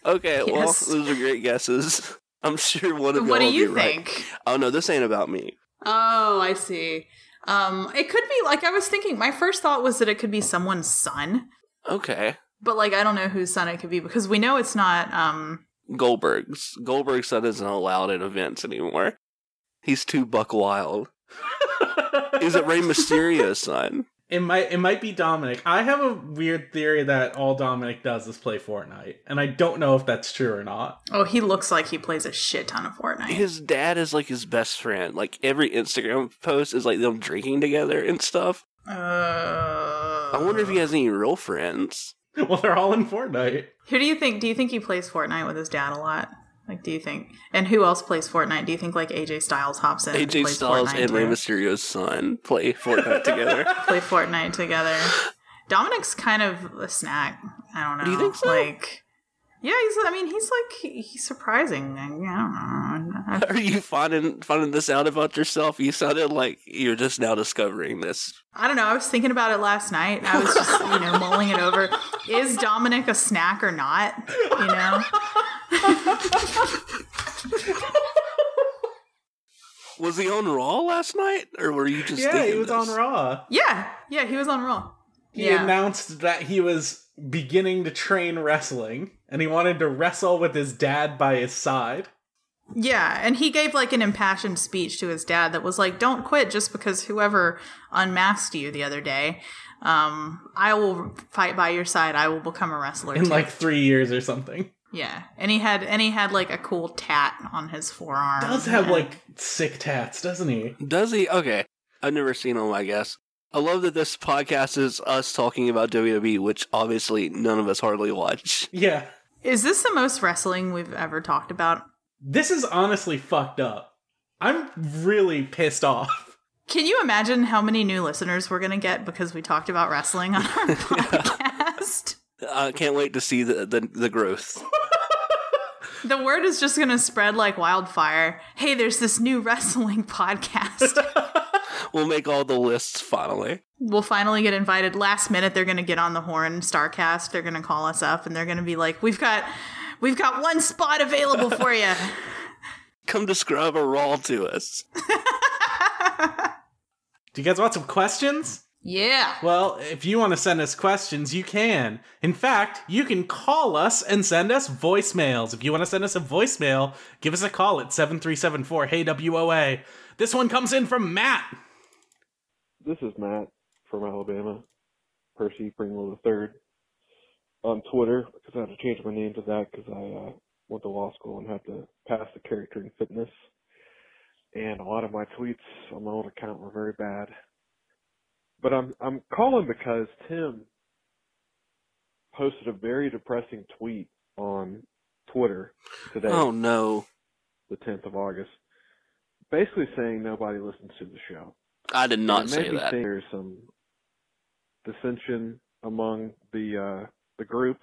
[SPEAKER 3] Okay,
[SPEAKER 1] Yes.
[SPEAKER 3] well, those are great guesses. I'm sure one of y'all
[SPEAKER 1] What do
[SPEAKER 3] will
[SPEAKER 1] you
[SPEAKER 3] be
[SPEAKER 1] think?
[SPEAKER 3] right. Oh no, this ain't about me.
[SPEAKER 1] Oh, I see. Um, it could be like I was thinking. My first thought was that it could be someone's son,
[SPEAKER 3] Okay,
[SPEAKER 1] but like I don't know whose son it could be because we know it's not. Um,
[SPEAKER 3] Goldberg's Goldberg's son isn't allowed at events anymore. He's too buck wild. Is it Rey Mysterio's son?
[SPEAKER 2] It might it might be Dominic. I have a weird theory that all Dominic does is play Fortnite, and I don't know if that's true or not.
[SPEAKER 1] oh, he looks like he plays a shit ton of Fortnite.
[SPEAKER 3] His dad is like his best friend. Like every Instagram post is like them drinking together and stuff.
[SPEAKER 1] Uh,
[SPEAKER 3] I wonder if he has any real friends.
[SPEAKER 2] Well, they're all in Fortnite.
[SPEAKER 1] Who do you think? Do you think he plays Fortnite with his dad a lot? Like, do you think? And who else plays Fortnite? Do you think like AJ Styles hops in? and
[SPEAKER 3] AJ
[SPEAKER 1] plays
[SPEAKER 3] Styles
[SPEAKER 1] Fortnite
[SPEAKER 3] and Rey
[SPEAKER 1] too?
[SPEAKER 3] Mysterio's son play Fortnite together.
[SPEAKER 1] play Fortnite together. Dominic's kind of a snack. I don't know.
[SPEAKER 3] Do you think so?
[SPEAKER 1] Like, yeah, he's. I mean, he's like he's surprising. I don't know. I-
[SPEAKER 3] Are you finding finding this out about yourself? You sounded like you're just now discovering this.
[SPEAKER 1] I don't know. I was thinking about it last night. I was just, you know, mulling it over. Is Dominic a snack or not? You know.
[SPEAKER 3] Was he on Raw last night, or were you just?
[SPEAKER 2] Yeah, he
[SPEAKER 3] thinking
[SPEAKER 2] was
[SPEAKER 3] this?
[SPEAKER 2] on Raw.
[SPEAKER 1] Yeah, yeah, he was on Raw.
[SPEAKER 2] He
[SPEAKER 1] Yeah.
[SPEAKER 2] announced that he was beginning to train wrestling and he wanted to wrestle with his dad by his side.
[SPEAKER 1] Yeah, and he gave like an impassioned speech to his dad that was like, "Don't quit just because whoever unmasked you the other day. Um, I will fight by your side. I will become a wrestler."
[SPEAKER 2] in
[SPEAKER 1] too."
[SPEAKER 2] like three years or something.
[SPEAKER 1] yeah, and he had and he had like a cool tat on his forearm.
[SPEAKER 2] Does have
[SPEAKER 1] and-
[SPEAKER 2] like sick tats, doesn't he?
[SPEAKER 3] Does he? Okay. I've never seen him, I guess. I love that this podcast is us talking about WWE, which obviously none of us hardly watch.
[SPEAKER 2] Yeah.
[SPEAKER 1] Is this the most wrestling we've ever talked about?
[SPEAKER 2] This is honestly fucked up. I'm really pissed off.
[SPEAKER 1] Can you imagine how many new listeners we're gonna get because we talked about wrestling on our podcast?
[SPEAKER 3] I can't wait to see the, the, the growth.
[SPEAKER 1] The word is just gonna spread like wildfire. Hey, there's this new wrestling podcast.
[SPEAKER 3] We'll make all the lists finally.
[SPEAKER 1] we'll finally get invited last minute they're going to get on the horn starcast they're going to call us up and they're going to be like we've got we've got one spot available for you
[SPEAKER 3] Come describe a Raw to us.
[SPEAKER 2] Do you guys want some questions?
[SPEAKER 1] yeah
[SPEAKER 2] Well, if you want to send us questions, you can. In fact, you can call us and send us voicemails. If you want to send us a voicemail, give us a call at 7374 Hey WOA. This one comes in from Matt.
[SPEAKER 6] This is Matt from Alabama, Percy Pringle the Third, on Twitter because I had to change my name to that because I uh, went to law school and had to pass the character in fitness. And a lot of my tweets on my old account were very bad. But I'm I'm calling because Tim posted a very depressing tweet on Twitter today
[SPEAKER 3] Oh no.
[SPEAKER 6] the 10th of August, basically saying nobody listens to the show.
[SPEAKER 3] I did not
[SPEAKER 6] It
[SPEAKER 3] say
[SPEAKER 6] made me
[SPEAKER 3] that.
[SPEAKER 6] think there's some dissension among the uh, the group,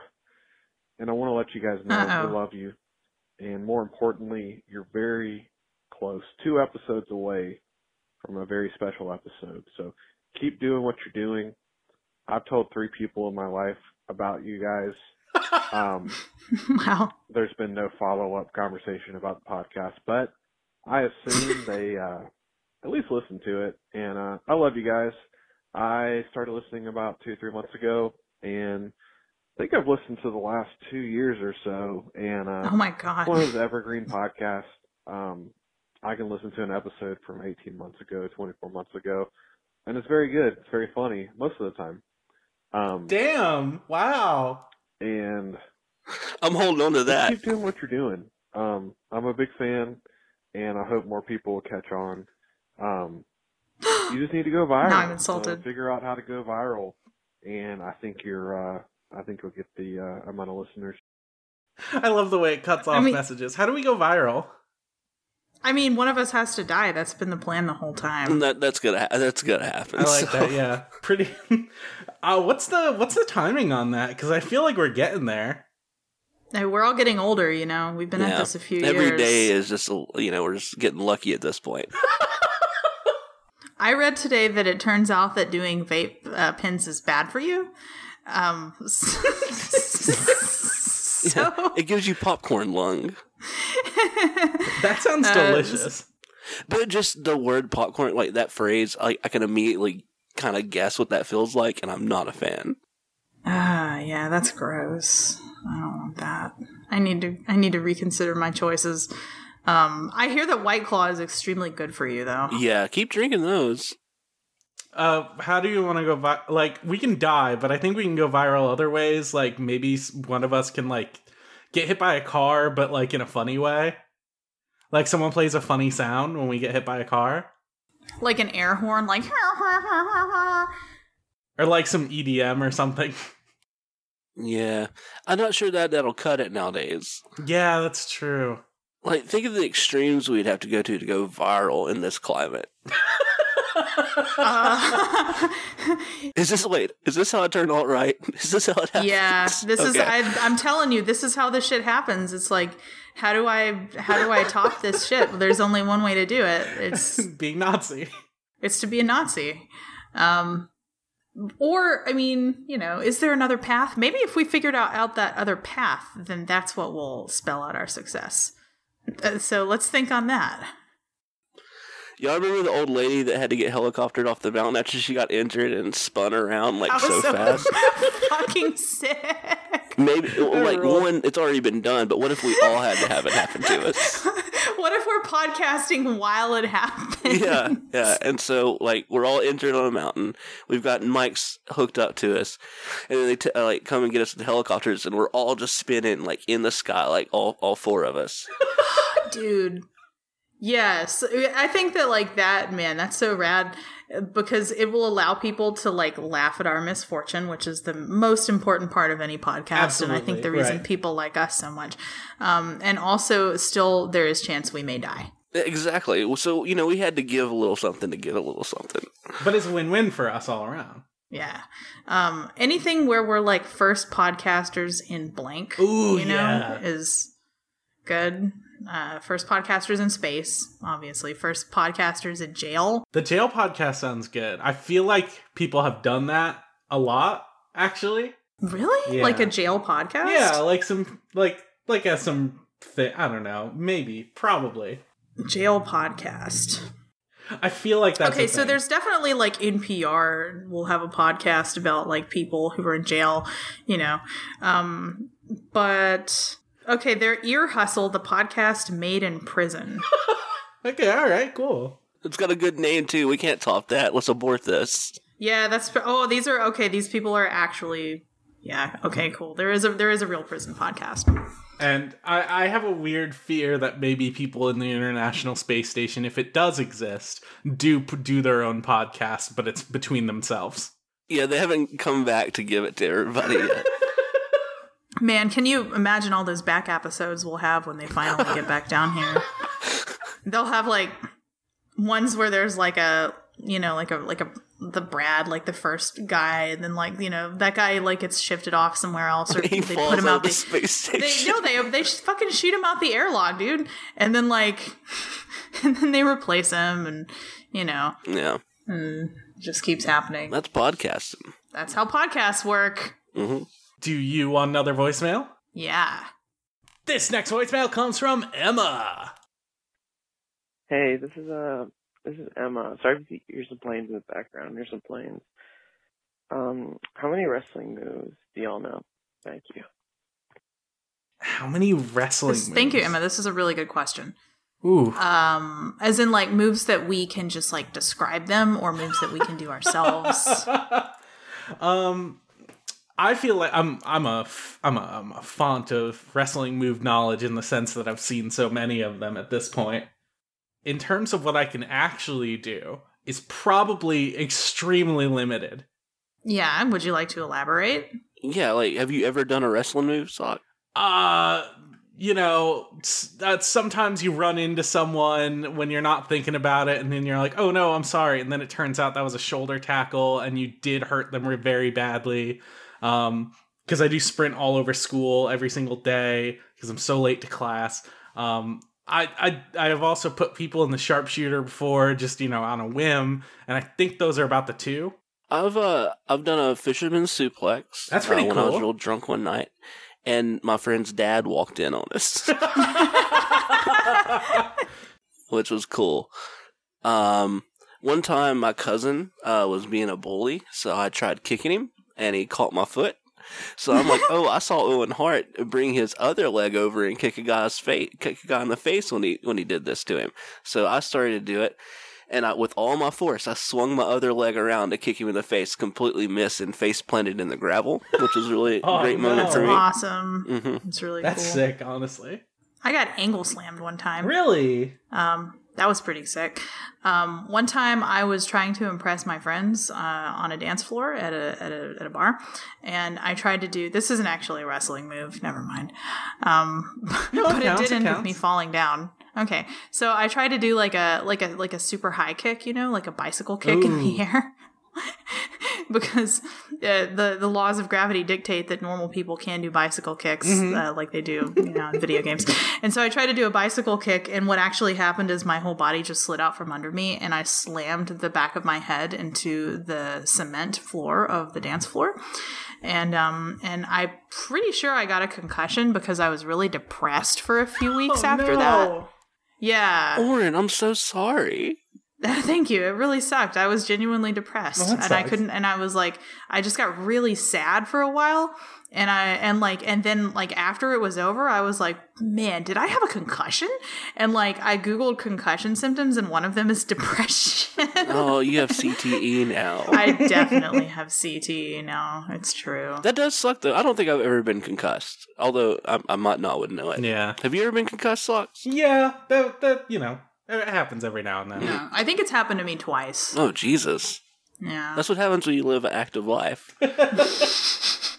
[SPEAKER 6] and I want to let you guys know
[SPEAKER 1] Uh-oh.
[SPEAKER 6] we love you, and more importantly, you're very close, two episodes away from a very special episode. So keep doing what you're doing. I've told three people in my life about you guys. Um,
[SPEAKER 1] wow
[SPEAKER 6] there's been no follow up conversation about the podcast, but I assume they uh, at least listen to it. And uh, I love you guys. I started listening about two, three months ago, and I think I've listened to the last two years or so. And uh,
[SPEAKER 1] oh my
[SPEAKER 6] it's one
[SPEAKER 1] god
[SPEAKER 6] of those evergreen podcasts. Um, I can listen to an episode from 18 months ago, 24 months ago, and it's very good. It's very funny most of the time. Um,
[SPEAKER 2] Damn. Wow.
[SPEAKER 6] and
[SPEAKER 3] I'm holding on to
[SPEAKER 6] Just
[SPEAKER 3] that.
[SPEAKER 6] Keep doing what you're doing. Um, I'm a big fan, and I hope more people will catch on. Um, you just need to go viral.
[SPEAKER 1] Now I'm insulted.
[SPEAKER 6] So figure out how to go viral, and I think you're. Uh, I think you'll get the uh, amount of listeners.
[SPEAKER 2] I love the way it cuts off
[SPEAKER 1] mean-
[SPEAKER 2] messages. How do we go viral?
[SPEAKER 1] i mean one of us has to die that's been the plan the whole time
[SPEAKER 3] Mm, That that's gonna ha- that's gonna happen.
[SPEAKER 2] I like
[SPEAKER 3] So-
[SPEAKER 2] that. Yeah, pretty. uh, what's the what's the timing on that? Because I feel like we're getting there.
[SPEAKER 1] Hey, we're all getting older you know we've been at
[SPEAKER 3] Yeah.
[SPEAKER 1] this a few
[SPEAKER 3] Every
[SPEAKER 1] years
[SPEAKER 3] day is just a- you know we're just getting lucky at this point.
[SPEAKER 1] i read today that it turns out that doing vape uh, pins is bad for you um so
[SPEAKER 3] It gives you popcorn lung,
[SPEAKER 2] That sounds
[SPEAKER 1] Uh,
[SPEAKER 2] delicious.
[SPEAKER 3] but just the word popcorn, like that phrase, I, I can immediately kind of guess what that feels like, and I'm not a fan.
[SPEAKER 1] Ah, yeah, that's gross. I don't want that. I need to I need to reconsider my choices. Um, I hear that White Claw is extremely good for you, though.
[SPEAKER 3] Yeah, keep drinking those.
[SPEAKER 2] Uh, how do you want to go? Vi- like we can die, but I think we can go viral other ways. Like maybe s- one of us can like get hit by a car, but like in a funny way. Like someone plays a funny sound when we get hit by a car,
[SPEAKER 1] Like an air horn, like
[SPEAKER 2] or like some EDM or something.
[SPEAKER 3] Yeah, I'm not sure that that'll cut it nowadays.
[SPEAKER 2] yeah, that's true.
[SPEAKER 3] Like, think of the extremes we'd have to go to to go viral in this climate.
[SPEAKER 1] Uh,
[SPEAKER 3] Is this wait? Is this how I turned alt right? Is this how it happens?
[SPEAKER 1] yeah, this is.
[SPEAKER 3] Okay.
[SPEAKER 1] I, I'm telling you, this is how this shit happens. It's like, how do I how do I top this shit? Well, There's only one way to do it. It's
[SPEAKER 2] Being Nazi.
[SPEAKER 1] it's to be a Nazi. Um, or I mean, you know, is there another path? Maybe if we figured out, out that other path, then that's what will spell out our success. Uh, so let's think on that.
[SPEAKER 3] Y'all remember the old lady that had to get helicoptered off the mountain after she got injured and spun around like so, fast?
[SPEAKER 1] Fucking sick.
[SPEAKER 3] Maybe like one, it's already been done, but what if we all had to have it happen to us?
[SPEAKER 1] What if we're podcasting while it happens?
[SPEAKER 3] yeah, yeah. And so, like, we're all injured on a mountain. We've got mics hooked up to us, and then they t- uh, like come and get us in helicopters, and we're all just spinning like in the sky, like all all four of us.
[SPEAKER 1] Dude. Yes. I think that like that, man, that's so rad because it will allow people to like laugh at our misfortune, which is the most important part of any podcast. And I
[SPEAKER 2] Absolutely,
[SPEAKER 1] think the reason
[SPEAKER 2] right.
[SPEAKER 1] people like us so much. Um, and also still there is chance we may die.
[SPEAKER 3] Exactly. So you know, we had to give a little something to get a little something.
[SPEAKER 2] But it's a win-win for us all around.
[SPEAKER 1] Yeah. Um, anything where we're like first podcasters in blank,
[SPEAKER 2] Ooh,
[SPEAKER 1] you know,
[SPEAKER 2] yeah.
[SPEAKER 1] is good. Uh, first podcasters in space, obviously. First podcasters in jail.
[SPEAKER 2] The jail podcast sounds good. I feel like people have done that a lot, actually.
[SPEAKER 1] Really?
[SPEAKER 2] Yeah.
[SPEAKER 1] Like a jail podcast?
[SPEAKER 2] Yeah, like some like like as some thing. I don't know. Maybe, probably.
[SPEAKER 1] Jail podcast.
[SPEAKER 2] I feel like that's
[SPEAKER 1] okay,
[SPEAKER 2] a
[SPEAKER 1] so
[SPEAKER 2] thing.
[SPEAKER 1] there's definitely like NPR will have a podcast about like people who are in jail, you know. Um, but okay, their ear hustle, the podcast made in prison.
[SPEAKER 2] okay. All right, cool.
[SPEAKER 3] It's got a good name too. We can't top that. Let's abort this.
[SPEAKER 1] Yeah, that's oh, these are okay. These people are actually yeah. Okay, cool. There is a there is a real prison podcast.
[SPEAKER 2] And I, I have a weird fear that maybe people in the International Space Station, if it does exist, do p- do their own podcast, but it's between themselves.
[SPEAKER 3] Yeah, they haven't come back to give it to everybody yet.
[SPEAKER 1] Man, can you imagine all those back episodes we'll have when they finally get back down here? They'll have like ones where there's like a you know like a like a the Brad like the first guy, and then like you know that guy like gets shifted off somewhere else, or
[SPEAKER 3] he
[SPEAKER 1] they
[SPEAKER 3] falls
[SPEAKER 1] put him
[SPEAKER 3] out
[SPEAKER 1] out.
[SPEAKER 3] the
[SPEAKER 1] the-
[SPEAKER 3] space
[SPEAKER 1] They
[SPEAKER 3] station.
[SPEAKER 1] no, they they sh- fucking shoot him out the airlock, dude, and then like, and then they replace him, and you know,
[SPEAKER 3] yeah,
[SPEAKER 1] and it just keeps happening.
[SPEAKER 3] that's podcasting.
[SPEAKER 1] That's how podcasts work.
[SPEAKER 3] hmm
[SPEAKER 2] Do you want another voicemail?
[SPEAKER 1] Yeah.
[SPEAKER 2] This next voicemail comes from Emma.
[SPEAKER 7] Hey, this is uh this is Emma. Sorry if you hear some planes in the background. There's some planes. Um, how many wrestling moves do y'all know? Thank you.
[SPEAKER 2] How many wrestling?
[SPEAKER 1] This- thank you,
[SPEAKER 2] moves?
[SPEAKER 1] Emma. This is a really good question.
[SPEAKER 2] Ooh,
[SPEAKER 1] Um, as in like moves that we can just like describe them, or moves that we can do ourselves.
[SPEAKER 2] um I feel like I'm I'm a f- I'm a, I'm a font of wrestling move knowledge in the sense that I've seen so many of them at this point. In terms of what I can actually do is probably extremely limited.
[SPEAKER 1] yeah. Would you like to elaborate?
[SPEAKER 3] Yeah, like have you ever done a wrestling move, sock?
[SPEAKER 2] Uh you know, s- that sometimes you run into someone when you're not thinking about it, and then you're like, "Oh no, I'm sorry," and then it turns out that was a shoulder tackle, and you did hurt them re- very badly. Um, because I do sprint all over school every single day because I'm so late to class. Um, I I I have also put people in the sharpshooter before, just you know, on a whim, and I think those are about the two.
[SPEAKER 3] I've uh I've done a fisherman's suplex.
[SPEAKER 2] That's
[SPEAKER 3] uh,
[SPEAKER 2] pretty
[SPEAKER 3] When I was
[SPEAKER 2] cool.
[SPEAKER 3] real drunk one night, and my friend's dad walked in on us, which was cool. Um, one time my cousin uh was being a bully, so I tried kicking him, and he caught my foot. So I'm like, oh, I saw Owen Hart bring his other leg over and kick a guy's face, kick a guy in the face when he when he did this to him. So I started to do it, and I, with all my force, I swung my other leg around to kick him in the face, completely missed and face planted in the gravel, which was really
[SPEAKER 2] Oh,
[SPEAKER 3] a great moment
[SPEAKER 2] no.
[SPEAKER 3] for me.
[SPEAKER 1] Awesome.
[SPEAKER 3] hmm
[SPEAKER 1] It's really
[SPEAKER 2] That's
[SPEAKER 1] cool.
[SPEAKER 2] sick, honestly.
[SPEAKER 1] I got angle slammed one time.
[SPEAKER 2] Really?
[SPEAKER 1] Um, that was pretty sick. Um, one time I was trying to impress my friends uh, on a dance floor at a, at a at a bar, and I tried to do this isn't actually a wrestling move. Never mind. Um,
[SPEAKER 2] No, it
[SPEAKER 1] but
[SPEAKER 2] counts,
[SPEAKER 1] it
[SPEAKER 2] it
[SPEAKER 1] did end with
[SPEAKER 2] counts.
[SPEAKER 1] me falling down. Okay, so I tried to do like a like a like a super high kick, you know, like a bicycle kick in the
[SPEAKER 2] Ooh.
[SPEAKER 1] air. because uh, the the laws of gravity dictate that normal people can do bicycle kicks uh, like they do you know in video games. And so I tried to do a bicycle kick, and what actually happened is my whole body just slid out from under me, and I slammed the back of my head into the cement floor of the dance floor. And um and I'm pretty sure I got a concussion because I was really depressed for a few weeks after that. Yeah.
[SPEAKER 3] Oren, I'm so sorry.
[SPEAKER 1] Thank you. It really sucked. I was genuinely depressed,
[SPEAKER 2] Well, that
[SPEAKER 1] and I
[SPEAKER 2] sucks.
[SPEAKER 1] couldn't. And I was like, I just got really sad for a while, and I and like and then like after it was over, I was like, man, did I have a concussion? And like I googled concussion symptoms, and one of them is depression.
[SPEAKER 3] Oh, you have CTE now.
[SPEAKER 1] I definitely have CTE now. It's true.
[SPEAKER 3] That does suck, though. I don't think I've ever been concussed. Although I, I might not would know it.
[SPEAKER 2] Yeah.
[SPEAKER 3] Have you ever been concussed, Socks?
[SPEAKER 2] Yeah, that, that, you know, it happens every now and then.
[SPEAKER 1] Yeah, I think it's happened to me twice.
[SPEAKER 3] Oh Jesus,
[SPEAKER 1] Yeah.
[SPEAKER 3] that's what happens when you live an active life.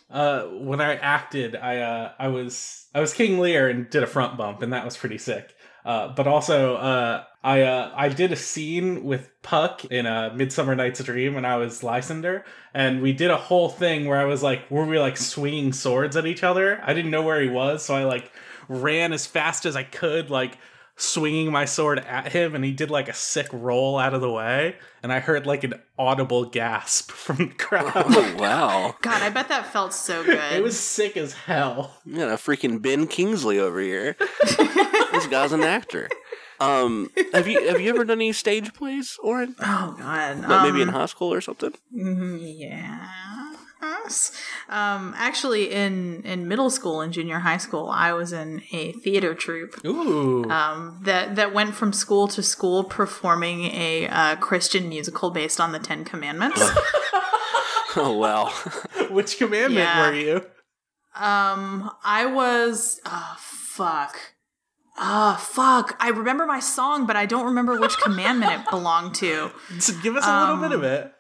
[SPEAKER 2] Uh, when I acted, I uh, I was I was King Lear and did a front bump, and that was pretty sick. Uh, but also, uh, I uh, I did a scene with Puck in a Midsummer Night's Dream, and I was Lysander, and we did a whole thing where I was like, were we like swinging swords at each other? I didn't know where he was, so I like ran as fast as I could, like swinging my sword at him, and he did like a sick roll out of the way, and I heard like an audible gasp from the crowd.
[SPEAKER 3] Oh wow,
[SPEAKER 1] God, I bet that felt so good.
[SPEAKER 2] It was sick as hell.
[SPEAKER 3] you got a freaking Ben Kingsley over here. this guy's an actor. Um, have you have you ever done any stage plays, Oren?
[SPEAKER 1] Oh God.
[SPEAKER 3] Like
[SPEAKER 1] Um,
[SPEAKER 3] maybe in high school or something.
[SPEAKER 1] Mm-hmm, Yes. Um, actually, in in middle school and junior high school, I was in a theater troupe
[SPEAKER 2] Ooh.
[SPEAKER 1] um, that that went from school to school performing a uh, Christian musical based on the Ten Commandments.
[SPEAKER 3] Oh wow,
[SPEAKER 2] Which commandment
[SPEAKER 1] yeah.
[SPEAKER 2] were you?
[SPEAKER 1] um, I was oh fuck. Oh fuck. I remember my song, but I don't remember which commandment it belonged to.
[SPEAKER 2] So give us a
[SPEAKER 1] Um,
[SPEAKER 2] little bit of it.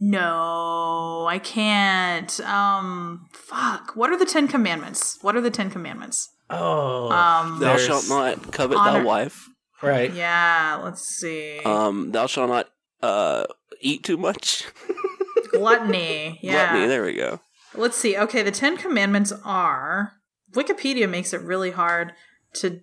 [SPEAKER 1] No, I can't. Um fuck. What are the 10 commandments? What are the 10 commandments?
[SPEAKER 2] Oh.
[SPEAKER 1] Um
[SPEAKER 3] thou
[SPEAKER 2] There's-
[SPEAKER 3] shalt not covet
[SPEAKER 1] honor-
[SPEAKER 3] thy wife.
[SPEAKER 2] right.
[SPEAKER 1] Yeah, let's see.
[SPEAKER 3] Um, thou shalt not uh eat too much.
[SPEAKER 1] Gluttony. Yeah.
[SPEAKER 3] Gluttony. There we go.
[SPEAKER 1] Let's see. Okay, the Ten Commandments are. Wikipedia makes it really hard to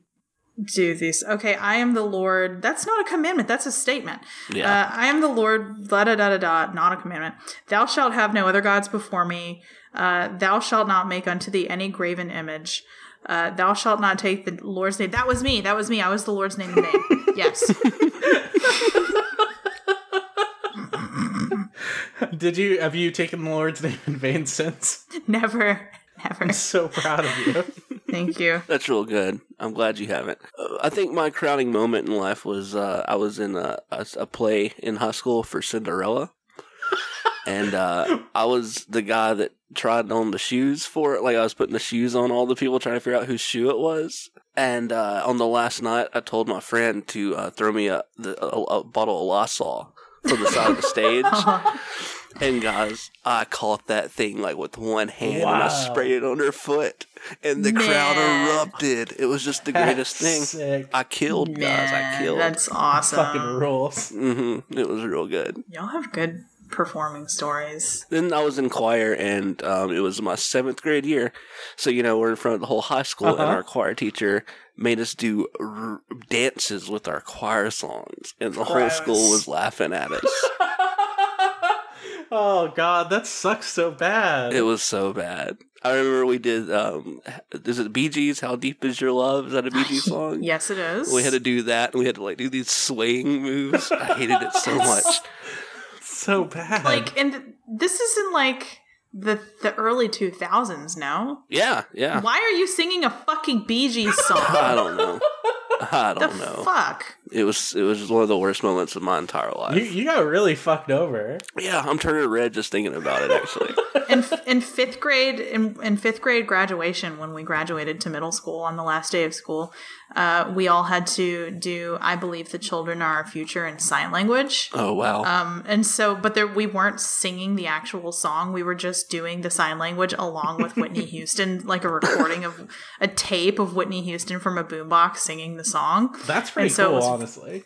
[SPEAKER 1] do these. Okay, I am the Lord. That's not a commandment. That's a statement.
[SPEAKER 3] Yeah.
[SPEAKER 1] Uh, I am the Lord. Da da da da da. Not a commandment. Thou shalt have no other gods before me. Uh, thou shalt not make unto thee any graven image. Uh, thou shalt not take the Lord's name. That was me. That was me. I was the Lord's name. Today. yes.
[SPEAKER 2] Did you have you taken the Lord's name in vain since?
[SPEAKER 1] Never. Never.
[SPEAKER 2] I'm so proud of you.
[SPEAKER 1] Thank you.
[SPEAKER 3] That's real good. I'm glad you haven't. Uh, I think my crowning moment in life was uh, I was in a, a, a play in high school for Cinderella, and uh, I was the guy that tried on the shoes for it. Like I was putting the shoes on all the people, trying to figure out whose shoe it was. And uh, on the last night, I told my friend to uh, throw me a, the, a, a bottle of Lysol from the side of the stage. And guys, I caught that thing like with one hand and I
[SPEAKER 2] Wow.
[SPEAKER 3] sprayed it on her foot. And the crowd
[SPEAKER 1] Man.
[SPEAKER 3] erupted. It was just the greatest
[SPEAKER 2] That's
[SPEAKER 3] thing.
[SPEAKER 2] Sick.
[SPEAKER 3] I killed, guys. I
[SPEAKER 1] Man,
[SPEAKER 3] killed.
[SPEAKER 1] That's awesome.
[SPEAKER 2] Fucking rules.
[SPEAKER 3] hmm It was real good.
[SPEAKER 1] Y'all have good performing stories.
[SPEAKER 3] Then I was in choir, and um, it was my seventh grade year. So, you know, we're in front of the whole high school, and
[SPEAKER 2] Uh-huh.
[SPEAKER 3] our choir teacher made us do r- dances with our choir songs. And the whole school
[SPEAKER 1] Gross.
[SPEAKER 3] was laughing at us.
[SPEAKER 2] oh god, that sucks so bad.
[SPEAKER 3] It was so bad. I remember we did. Um, is it Bee Gees? How deep is your love? Is that a Bee Gees song?
[SPEAKER 1] Yes, it is.
[SPEAKER 3] We had to do that, and we had to like do these swaying moves. I hated it so much.
[SPEAKER 2] so bad.
[SPEAKER 1] like, and th- this is in like the the early two thousands. No,
[SPEAKER 3] Yeah, yeah.
[SPEAKER 1] why are you singing a fucking Bee Gees song?
[SPEAKER 3] Ah. I don't know. I
[SPEAKER 1] the
[SPEAKER 3] don't know.
[SPEAKER 1] fuck.
[SPEAKER 3] It was it was just one of the worst moments of my entire life.
[SPEAKER 2] you, you got really fucked over.
[SPEAKER 3] yeah, I'm turning red just thinking about it. Actually,
[SPEAKER 1] In f- in fifth grade, in, in fifth grade graduation, when we graduated to middle school on the last day of school, uh, we all had to do "I believe the children are our future" in sign language.
[SPEAKER 3] oh wow.
[SPEAKER 1] Um, and so, but there, we weren't singing the actual song. We were just doing the sign language along with Whitney Houston, like a recording of a tape of Whitney Houston from a boombox singing the song.
[SPEAKER 2] That's pretty
[SPEAKER 1] so it
[SPEAKER 2] cool,
[SPEAKER 1] was-
[SPEAKER 2] honestly.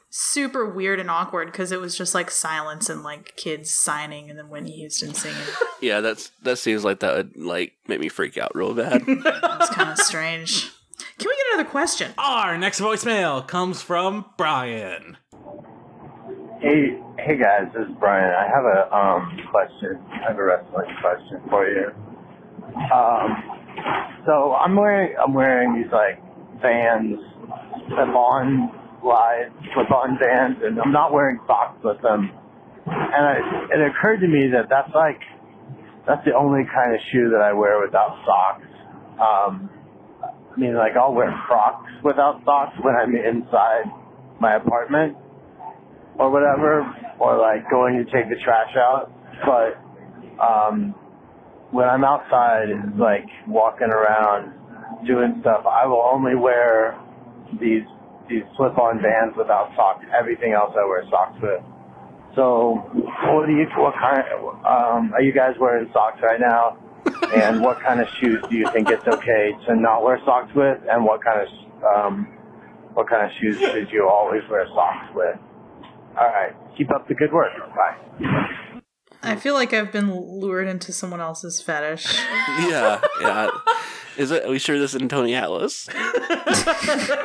[SPEAKER 1] Super weird and awkward because it was just like silence and like kids signing and then Whitney Houston singing.
[SPEAKER 3] yeah, that's that seems like that would like make me freak out real bad.
[SPEAKER 1] It was kind of strange. Can we get another question?
[SPEAKER 2] Our next voicemail comes from Brian.
[SPEAKER 8] Hey, hey guys, this is Brian. I have a um question. I have a wrestling question for you. Um, so I'm wearing I'm wearing these like Vans that Lon lies, slip-on bands, and I'm not wearing socks with them. And I, it occurred to me that that's like that's the only kind of shoe that I wear without socks. Um, I mean, like I'll wear Crocs without socks when I'm inside my apartment or whatever, or like going to take the trash out. But um, when I'm outside, like walking around doing stuff, I will only wear these these slip-on bands without socks. Everything else I wear socks with. So, what do you? What kind? Um, are you guys wearing socks right now? and what kind of shoes do you think it's okay to not wear socks with? And what kind of um, what kind of shoes should you always wear socks with? All right, keep up the good work. Bye.
[SPEAKER 1] I feel like I've been lured into someone else's fetish.
[SPEAKER 3] yeah, yeah. Is it? Are we sure this isn't Tony Atlas?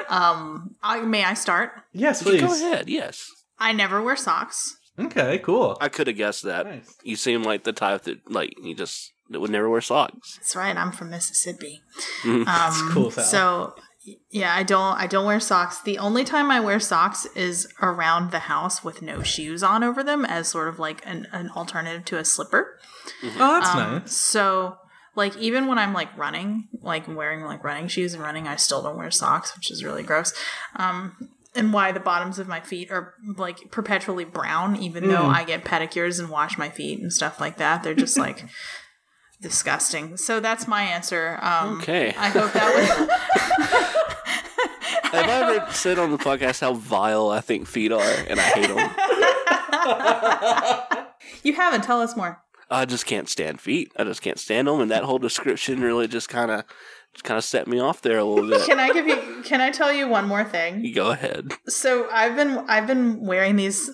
[SPEAKER 1] Um, I, may I start?
[SPEAKER 2] Yes, please.
[SPEAKER 3] Go ahead. Yes,
[SPEAKER 1] I never wear socks.
[SPEAKER 2] Okay, cool.
[SPEAKER 3] I could have guessed that.
[SPEAKER 2] Nice.
[SPEAKER 3] You seem like the type that like you just that would never wear socks.
[SPEAKER 1] That's right. I'm from Mississippi.
[SPEAKER 3] Mhm.
[SPEAKER 1] Um,
[SPEAKER 2] cool, Sal.
[SPEAKER 1] so y- yeah, I don't I don't wear socks. The only time I wear socks is around the house with no shoes on over them as sort of like an, an alternative to a slipper.
[SPEAKER 2] Oh, that's
[SPEAKER 1] Um,
[SPEAKER 2] nice.
[SPEAKER 1] So like even when I'm like running, like wearing like running shoes and running, I still don't wear socks, which is really gross. Um and why the bottoms of my feet are like perpetually brown, even though
[SPEAKER 2] Mm.
[SPEAKER 1] I get pedicures and wash my feet and stuff like that. They're just like disgusting. So that's my answer. Um,
[SPEAKER 3] Okay.
[SPEAKER 1] I hope that was
[SPEAKER 3] Have I ever said on the podcast how vile I think feet are, and I hate them?
[SPEAKER 1] You haven't. Tell us more.
[SPEAKER 3] I just can't stand feet. I just can't stand them, and that whole description really just kind of, kind of set me off there a little bit.
[SPEAKER 1] Can I give you? Can I tell you one more thing?
[SPEAKER 3] Go ahead.
[SPEAKER 1] So I've been I've been wearing these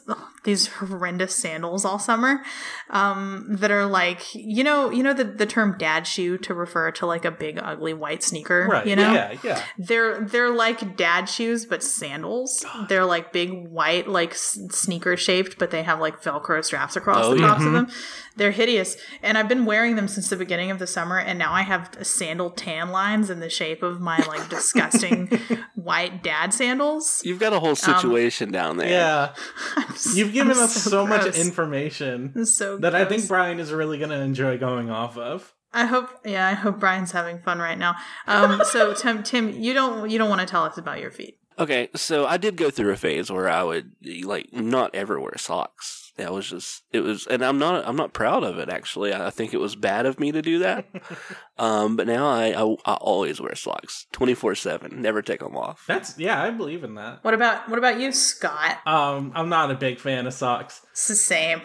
[SPEAKER 1] these horrendous sandals all summer, um, that are like you know you know the the term dad shoe to refer to like a big ugly white sneaker.
[SPEAKER 2] Right.
[SPEAKER 1] You know.
[SPEAKER 2] Yeah, yeah.
[SPEAKER 1] They're they're like dad shoes but sandals. They're like big white like sneaker shaped, but they have like Velcro straps across
[SPEAKER 3] Oh,
[SPEAKER 1] the
[SPEAKER 3] yeah.
[SPEAKER 1] tops
[SPEAKER 2] mm-hmm.
[SPEAKER 1] of them. They're hideous, and I've been wearing them since the beginning of the summer, and now I have sandal tan lines in the shape of my like disgusting white dad sandals.
[SPEAKER 3] You've got a whole situation down there.
[SPEAKER 2] Yeah. You've given
[SPEAKER 1] I'm
[SPEAKER 2] us so, much
[SPEAKER 1] gross.
[SPEAKER 2] information
[SPEAKER 1] I'm so
[SPEAKER 2] that I think
[SPEAKER 1] gross.
[SPEAKER 2] Brian is really going to enjoy going off of.
[SPEAKER 1] I hope yeah I hope Brian's having fun right now. Um, so Tim Tim you don't you don't want to tell us about your feet.
[SPEAKER 3] Okay, so I did go through a phase where I would like not ever wear socks. That was just it was, and I'm not I'm not proud of it actually. I I think it was bad of me to do that. um, but now I I, I always wear socks, twenty four seven, never take them off.
[SPEAKER 2] That's yeah, I believe in that.
[SPEAKER 1] What about what about you Scott?
[SPEAKER 2] Um, I'm not a big fan of socks.
[SPEAKER 1] It's the same,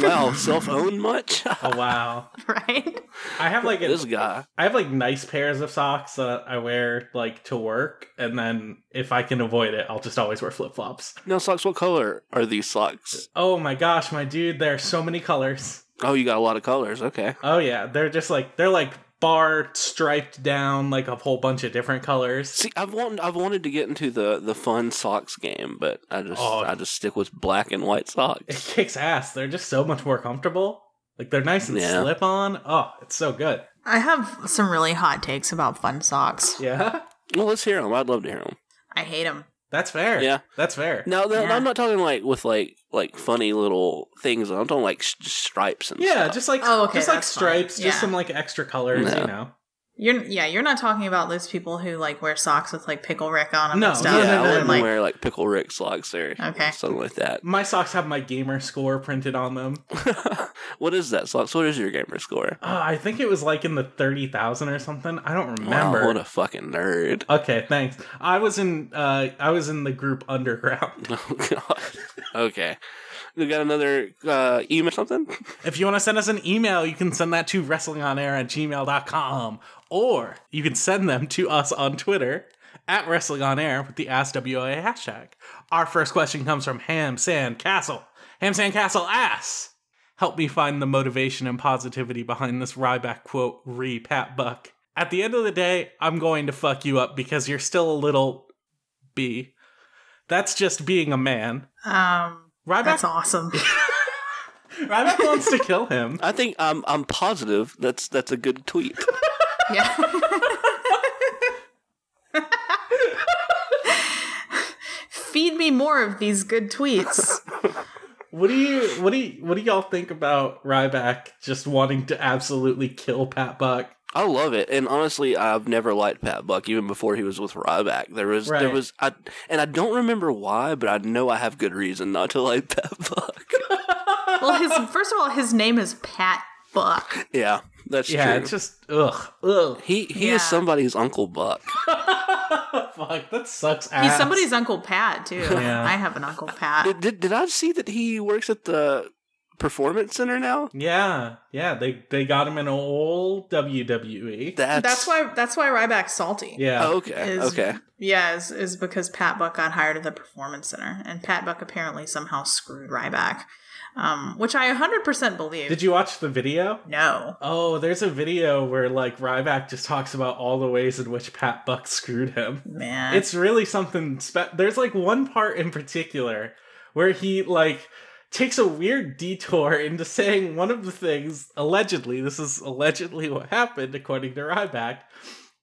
[SPEAKER 3] wow, self owned much?
[SPEAKER 2] Oh wow,
[SPEAKER 1] right?
[SPEAKER 2] I have like a,
[SPEAKER 3] this guy.
[SPEAKER 2] I have like nice pairs of socks that I wear like to work, and then if I can avoid it, I'll just always wear flip flops.
[SPEAKER 3] Now socks. What color are these socks?
[SPEAKER 2] Oh my gosh, my dude, there are so many colors.
[SPEAKER 3] Oh, you got a lot of colors. Okay.
[SPEAKER 2] Oh yeah, they're just like they're like bar striped down like a whole bunch of different colors.
[SPEAKER 3] See, I've wanted I've wanted to get into the the fun socks game, but I just
[SPEAKER 2] Oh.
[SPEAKER 3] I just stick with black and white
[SPEAKER 2] It
[SPEAKER 3] socks.
[SPEAKER 2] kicks ass. They're just so much more comfortable. Like they're nice and
[SPEAKER 3] Yeah.
[SPEAKER 2] slip on. Oh, it's so good.
[SPEAKER 1] I have some really hot takes about fun socks.
[SPEAKER 2] Yeah,
[SPEAKER 3] Well, let's hear them. I'd love to hear them.
[SPEAKER 1] I hate them.
[SPEAKER 2] that's fair.
[SPEAKER 3] Yeah.
[SPEAKER 2] that's fair.
[SPEAKER 3] No, th-
[SPEAKER 1] Yeah.
[SPEAKER 3] I'm not talking like with like like funny little things. I'm talking like sh- stripes and
[SPEAKER 2] Yeah,
[SPEAKER 3] stuff.
[SPEAKER 2] just like
[SPEAKER 1] Oh, okay,
[SPEAKER 2] just like
[SPEAKER 1] that's fine.
[SPEAKER 2] stripes,
[SPEAKER 1] Yeah.
[SPEAKER 2] just some like extra colors,
[SPEAKER 3] No.
[SPEAKER 2] you know.
[SPEAKER 1] You're yeah, you're not talking about those people who like wear socks with like pickle Rick on them
[SPEAKER 2] No,
[SPEAKER 1] and stuff.
[SPEAKER 2] no,
[SPEAKER 3] yeah.
[SPEAKER 2] no,
[SPEAKER 3] I
[SPEAKER 2] no,
[SPEAKER 3] wouldn't
[SPEAKER 1] and, like,
[SPEAKER 3] wear like pickle Rick socks or
[SPEAKER 1] Okay.
[SPEAKER 3] something like that.
[SPEAKER 2] My socks have my gamer score printed on them.
[SPEAKER 3] what is that socks? What is your gamer score?
[SPEAKER 2] Uh, I think it was like in the thirty thousand or something. I don't
[SPEAKER 3] Wow,
[SPEAKER 2] remember.
[SPEAKER 3] what a fucking nerd!
[SPEAKER 2] okay, thanks. I was in uh I was in the group Underground.
[SPEAKER 3] Oh god. okay, we got another uh, email or something.
[SPEAKER 2] If you want to send us an email, you can send that to wrestlingonair at gmail.com or you can send them to us on Twitter at Wrestling On Air with the AskWIA hashtag. Our first question comes from Ham Sand Castle. Ham Sand Castle asks, Help me find the motivation and positivity behind this Ryback quote re Pat Buck. At the end of the day, I'm going to fuck you up because you're still a little B. That's just being a man.
[SPEAKER 1] um
[SPEAKER 2] Ryback,
[SPEAKER 1] that's awesome.
[SPEAKER 2] Ryback wants to kill him.
[SPEAKER 3] I think I'm I'm positive that's that's a good tweet.
[SPEAKER 1] yeah. Feed me more of these good tweets.
[SPEAKER 2] What do you what do you, what do y'all think about Ryback just wanting to absolutely kill Pat Buck?
[SPEAKER 3] I love it, and honestly, I've never liked Pat Buck even before he was with Ryback. There was there
[SPEAKER 2] Right.
[SPEAKER 3] was I, and I don't remember why, but I know I have good reason not to like Pat Buck.
[SPEAKER 1] well, his first of all, his name is Pat Buck.
[SPEAKER 3] yeah, that's
[SPEAKER 2] yeah,
[SPEAKER 3] true.
[SPEAKER 2] it's just ugh ugh.
[SPEAKER 3] he he
[SPEAKER 1] Yeah.
[SPEAKER 3] is somebody's Uncle Buck.
[SPEAKER 2] Fuck, that sucks. Ass.
[SPEAKER 1] He's somebody's Uncle Pat too.
[SPEAKER 2] Yeah.
[SPEAKER 1] I have an Uncle Pat.
[SPEAKER 3] Did, did did I see that he works at the performance center now?
[SPEAKER 2] Yeah, yeah. They they got him in old WWE.
[SPEAKER 3] That's
[SPEAKER 1] That's why. That's why Ryback's salty.
[SPEAKER 2] yeah,
[SPEAKER 3] Oh, okay,
[SPEAKER 1] is-
[SPEAKER 3] okay.
[SPEAKER 1] Yeah, is, is because Pat Buck got hired at the Performance Center, and Pat Buck apparently somehow screwed Ryback, um, which I 100% believe.
[SPEAKER 2] Did you watch the video?
[SPEAKER 1] No.
[SPEAKER 2] Oh, there's a video where like Ryback just talks about all the ways in which Pat Buck screwed him.
[SPEAKER 1] Man.
[SPEAKER 2] It's really something. Spe- There's like one part in particular where he like takes a weird detour into saying one of the things allegedly. This is allegedly what happened, according to Ryback,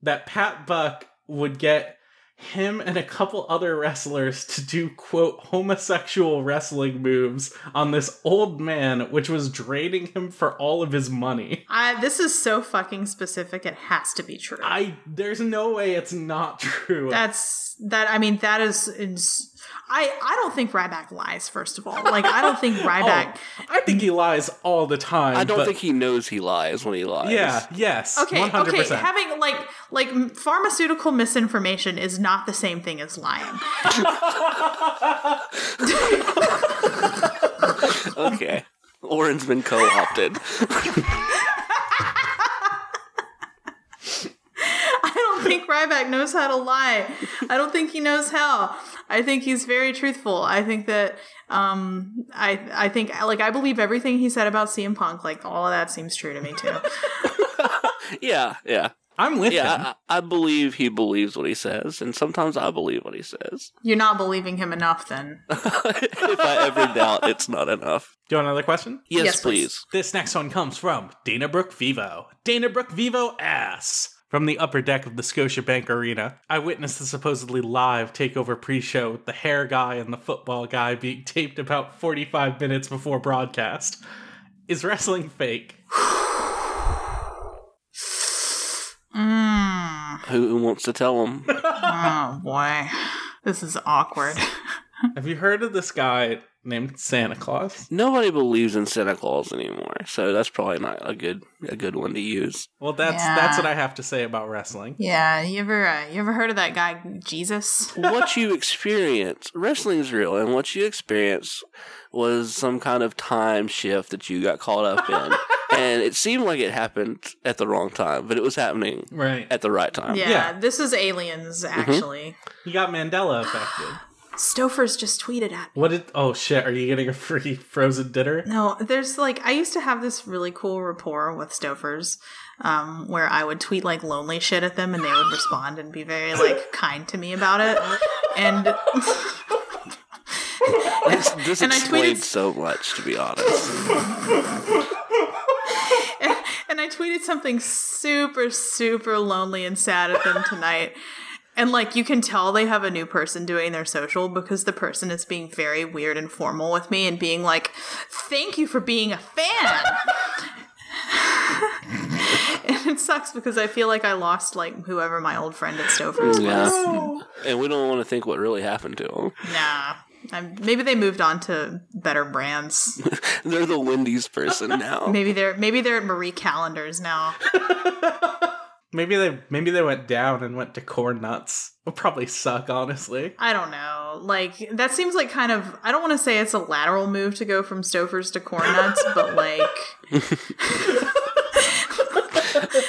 [SPEAKER 2] that Pat Buck would get him and a couple other wrestlers to do quote homosexual wrestling moves on this old man which was draining him for all of his money
[SPEAKER 1] I, this is so fucking specific. It has to be true.
[SPEAKER 2] i there's no way it's not true
[SPEAKER 1] That's that. I mean, that is. Ins- I I don't think Ryback lies. First of all, like I don't think Ryback.
[SPEAKER 2] Oh, I think he lies all the time.
[SPEAKER 3] I don't
[SPEAKER 2] but-
[SPEAKER 3] think he knows he lies when he lies.
[SPEAKER 2] Yeah. Yes.
[SPEAKER 1] okay.
[SPEAKER 2] 100%.
[SPEAKER 1] Okay. Having like like m- pharmaceutical misinformation is not the same thing as lying.
[SPEAKER 3] Okay. Lauren's been co-opted.
[SPEAKER 1] I don't think Ryback knows how to lie. I don't think he knows how. I think he's very truthful. I think that um I I think like I believe everything he said about CM Punk. Like all of that seems true to me too.
[SPEAKER 3] yeah, yeah,
[SPEAKER 2] I'm with him.
[SPEAKER 3] yeah. uh, I, I believe he believes what he says, and sometimes I believe what he says.
[SPEAKER 1] You're not believing him enough then.
[SPEAKER 3] if I ever doubt, it's not enough.
[SPEAKER 2] Do you want another question?
[SPEAKER 3] Yes,
[SPEAKER 1] Yes,
[SPEAKER 3] please.
[SPEAKER 1] please.
[SPEAKER 2] This next one comes from Dana Brooke Vivo. Dana Brooke Vivo ass. From the upper deck of the Scotiabank Arena, I witnessed the supposedly live takeover pre show with the hair guy and the football guy being taped about 45 minutes before broadcast. Is wrestling fake?
[SPEAKER 1] Mm.
[SPEAKER 3] Who, who wants to tell him?
[SPEAKER 1] Oh boy, this is awkward.
[SPEAKER 2] Have you heard of this guy named Santa Claus?
[SPEAKER 3] Nobody believes in Santa Claus anymore, so that's probably not a good a good one to use.
[SPEAKER 2] Well, that's
[SPEAKER 1] Yeah.
[SPEAKER 2] that's what I have to say about wrestling.
[SPEAKER 1] Yeah, you ever uh, you ever heard of that guy Jesus?
[SPEAKER 3] What you experience, wrestling's real, and what you experience was some kind of time shift that you got caught up in, and it seemed like it happened at the wrong time, but it was happening
[SPEAKER 2] Right.
[SPEAKER 3] at the right time.
[SPEAKER 1] Yeah,
[SPEAKER 2] Yeah.
[SPEAKER 1] this is aliens actually.
[SPEAKER 2] He got Mandela affected.
[SPEAKER 1] Stouffer's just tweeted at
[SPEAKER 2] What did? Oh shit! Are you getting a free frozen dinner?
[SPEAKER 1] No, there's like I used to have this really cool rapport with Stofers, um, where I would tweet like lonely shit at them, and they would respond and be very like kind to me about it. And
[SPEAKER 3] This, this
[SPEAKER 1] And I
[SPEAKER 3] explains
[SPEAKER 1] tweeted-
[SPEAKER 3] so much, to be honest.
[SPEAKER 1] and I tweeted something super super lonely and sad at them tonight. And like you can tell they have a new person doing their social because the person is being very weird and formal with me and being like, "Thank you for being a fan." and it sucks because I feel like I lost like whoever my old friend at Stouffer's was.
[SPEAKER 3] Yeah. And we don't want to think what really happened to them.
[SPEAKER 1] Nah. Um, maybe they moved on to better brands.
[SPEAKER 3] They're the Wendy's person now.
[SPEAKER 1] Maybe they're maybe they're at Marie Callender's now.
[SPEAKER 2] Maybe they maybe they went down and went to corn nuts. Would probably suck, honestly.
[SPEAKER 1] I don't know. Like that seems like kind of I don't want to say it's a lateral move to go from Stofers to corn nuts, but like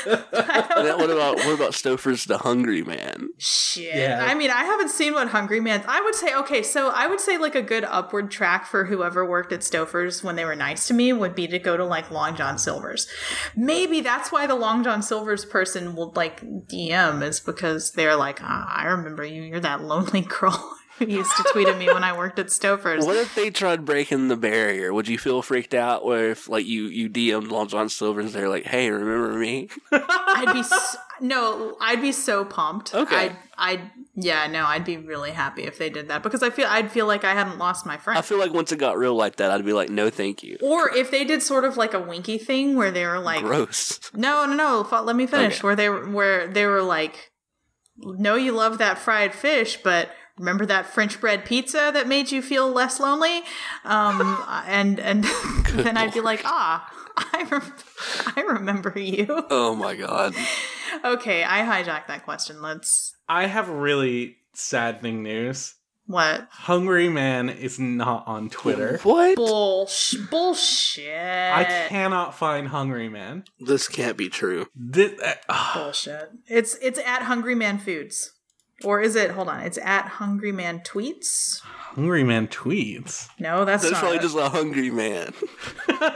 [SPEAKER 3] And then what about what about Stouffer's the Hungry Man?
[SPEAKER 1] shit.
[SPEAKER 2] Yeah.
[SPEAKER 1] I mean, I haven't seen what Hungry Man's. I would say okay, so I would say like a good upward track for whoever worked at Stofers when they were nice to me would be to go to like Long John Silver's. Maybe that's why the Long John Silver's person will like DM is because they're like, ah, I remember you. You're that lonely girl. He used to tweet at me when I worked at Stouffer's.
[SPEAKER 3] What if they tried breaking the barrier? Would you feel freaked out? Or if like you you DM'd Long John Silver and they're like, "Hey, remember me?"
[SPEAKER 1] I'd be s no, I'd be so pumped.
[SPEAKER 3] Okay.
[SPEAKER 1] I'd, I'd yeah, no, I'd be really happy if they did that because I feel I'd feel like I hadn't lost my friend.
[SPEAKER 3] I feel like once it got real like that, I'd be like, "No, thank you."
[SPEAKER 1] or if they did sort of like a winky thing where they were like,
[SPEAKER 3] Gross.
[SPEAKER 1] no, no, no, f- let me finish.
[SPEAKER 3] Okay.
[SPEAKER 1] Where they were- where they were like, no, you love that fried fish, but remember that French bread pizza that made you feel less lonely? Um, and and then I'd be like, ah, I rem- I remember you.
[SPEAKER 3] Oh my god.
[SPEAKER 1] Okay, I hijacked that question. Let's
[SPEAKER 2] I have really saddening news.
[SPEAKER 1] what
[SPEAKER 2] Hungry Man is not on Twitter.
[SPEAKER 3] What?
[SPEAKER 1] bullsh bullshit.
[SPEAKER 2] I cannot find Hungry Man.
[SPEAKER 3] This can't be true.
[SPEAKER 2] Thi- uh, ah.
[SPEAKER 1] bullshit. It's it's at Hungry Man Foods, or is it? Hold on, it's at Hungry Man Tweets.
[SPEAKER 2] Hungry Man tweets.
[SPEAKER 1] No, that's,
[SPEAKER 3] That's
[SPEAKER 1] not
[SPEAKER 3] probably
[SPEAKER 1] it.
[SPEAKER 3] just a hungry man.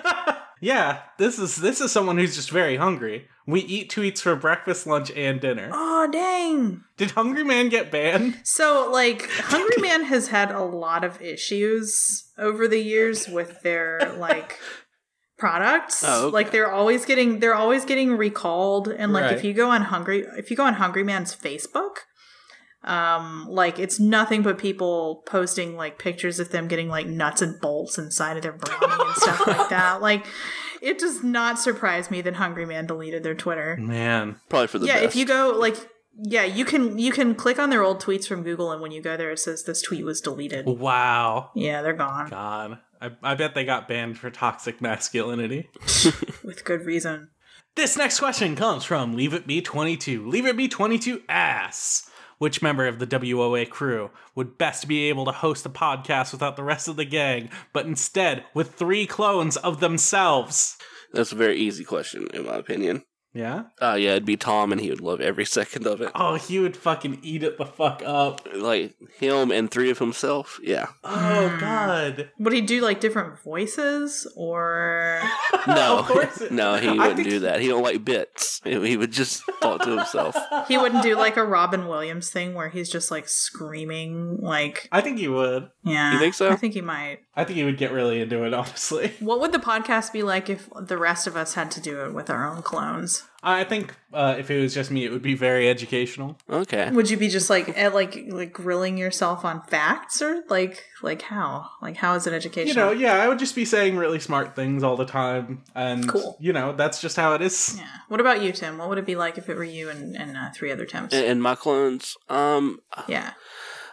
[SPEAKER 2] yeah, this is this is someone who's just very hungry. We eat tweets for breakfast, lunch, and dinner.
[SPEAKER 1] Oh dang!
[SPEAKER 2] Did Hungry Man get banned?
[SPEAKER 1] So like, Hungry Man has had a lot of issues over the years with their like products.
[SPEAKER 3] Oh, okay.
[SPEAKER 1] Like they're always getting they're always getting recalled, and like
[SPEAKER 2] Right.
[SPEAKER 1] if you go on Hungry if you go on Hungry Man's Facebook. Um, like it's nothing but people posting like pictures of them getting like nuts and bolts inside of their brownie and stuff like that. Like, it does not surprise me that Hungry Man deleted their Twitter
[SPEAKER 2] Man,
[SPEAKER 3] Probably for the
[SPEAKER 1] yeah
[SPEAKER 3] best.
[SPEAKER 1] if you go like yeah you can you can click on their old tweets from google and when you go there it says this tweet was deleted
[SPEAKER 2] wow,
[SPEAKER 1] yeah they're gone
[SPEAKER 2] God, I, I bet they got banned for toxic masculinity.
[SPEAKER 1] with good reason
[SPEAKER 2] This next question comes from Leave It Be 22. Leave It Be 22 asks Which member of the WOA crew would best be able to host a podcast without the rest of the gang, but instead with three clones of themselves?
[SPEAKER 3] That's a very easy question, in my opinion.
[SPEAKER 2] Yeah?
[SPEAKER 3] Uh, yeah, it'd be Tom, and he would love every second of it.
[SPEAKER 2] Oh, he would fucking eat it the fuck up.
[SPEAKER 3] Like him and three of himself. Yeah.
[SPEAKER 2] Oh, God.
[SPEAKER 1] would he do like different voices or
[SPEAKER 3] No,
[SPEAKER 2] Of course it-
[SPEAKER 3] no, he
[SPEAKER 2] I
[SPEAKER 3] wouldn't
[SPEAKER 2] think-
[SPEAKER 3] do that. He don't like bits. He would just talk to himself.
[SPEAKER 1] he wouldn't do like a robin williams thing where he's just like screaming like
[SPEAKER 2] I think he would.
[SPEAKER 1] yeah
[SPEAKER 3] You think so?
[SPEAKER 1] i think he might
[SPEAKER 2] I think he would get really into it, honestly.
[SPEAKER 1] what would the podcast be like if the rest of us had to do it with our own clones
[SPEAKER 2] I think uh, if it was just me, it would be very educational.
[SPEAKER 3] Okay.
[SPEAKER 1] would you be just like eh, like like grilling yourself on facts or like like how like how is it educational
[SPEAKER 2] You know, yeah, I would just be saying really smart things all the time. And,
[SPEAKER 1] Cool.
[SPEAKER 2] you know, that's just how it is.
[SPEAKER 1] Yeah. What about you, Tim? What would it be like if it were you and, and uh, three other Tims?
[SPEAKER 3] And, and my clones, um,
[SPEAKER 1] yeah.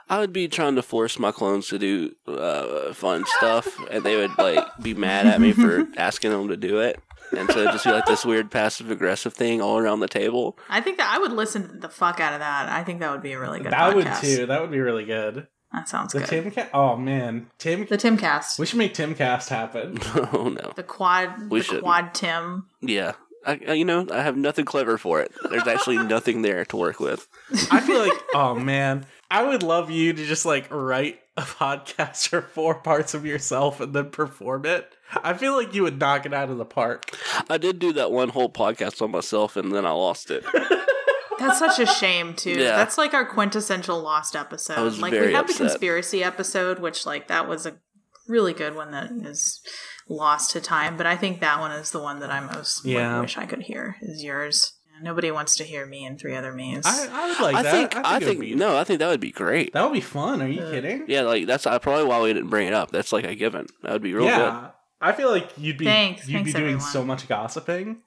[SPEAKER 3] I would be trying to force my clones to do uh, fun stuff, and they would like be mad at me for asking them to do it, and so it'd just be like this weird passive aggressive thing all around the table.
[SPEAKER 1] I think that I would listen to the fuck out of that. I think that would be a really good podcast.
[SPEAKER 2] That would too. That would be really good.
[SPEAKER 1] That sounds
[SPEAKER 2] The
[SPEAKER 1] good.
[SPEAKER 2] Tim Timcast. Oh man, Tim.
[SPEAKER 1] the Timcast.
[SPEAKER 2] We should make Timcast happen.
[SPEAKER 3] oh no,
[SPEAKER 1] the quad
[SPEAKER 3] We
[SPEAKER 1] the
[SPEAKER 3] shouldn't.
[SPEAKER 1] quad Tim.
[SPEAKER 3] yeah, I, I- you know, I have nothing clever for it. There's actually nothing there to work with.
[SPEAKER 2] I feel like, oh man, I would love you to just like write a podcast for four parts of yourself and then perform it. I feel like you would knock it out of the park.
[SPEAKER 3] I did do that one whole podcast on myself, and then I lost it.
[SPEAKER 1] That's such a shame too.
[SPEAKER 3] Yeah.
[SPEAKER 1] That's like our quintessential lost episode.
[SPEAKER 3] I was
[SPEAKER 1] like
[SPEAKER 3] very
[SPEAKER 1] we had the
[SPEAKER 3] upset.
[SPEAKER 1] conspiracy episode, which like that was a really good one that is lost to time, but I think that one is the one that I most like,
[SPEAKER 2] Yeah.
[SPEAKER 1] wish I could hear is yours. Nobody wants to hear me and three other me's.
[SPEAKER 2] I, I would like
[SPEAKER 3] I
[SPEAKER 2] that.
[SPEAKER 3] think, I
[SPEAKER 2] it would
[SPEAKER 3] think,
[SPEAKER 2] be-
[SPEAKER 3] no, I think that would be great.
[SPEAKER 2] that would be fun. Are you kidding?
[SPEAKER 3] yeah, like that's uh, probably why we didn't bring it up. That's like a given. That would be real good.
[SPEAKER 2] Yeah. I feel like you'd be
[SPEAKER 1] Thanks.
[SPEAKER 2] you'd be
[SPEAKER 1] Thanks,
[SPEAKER 2] doing
[SPEAKER 1] everyone.
[SPEAKER 2] so much gossiping.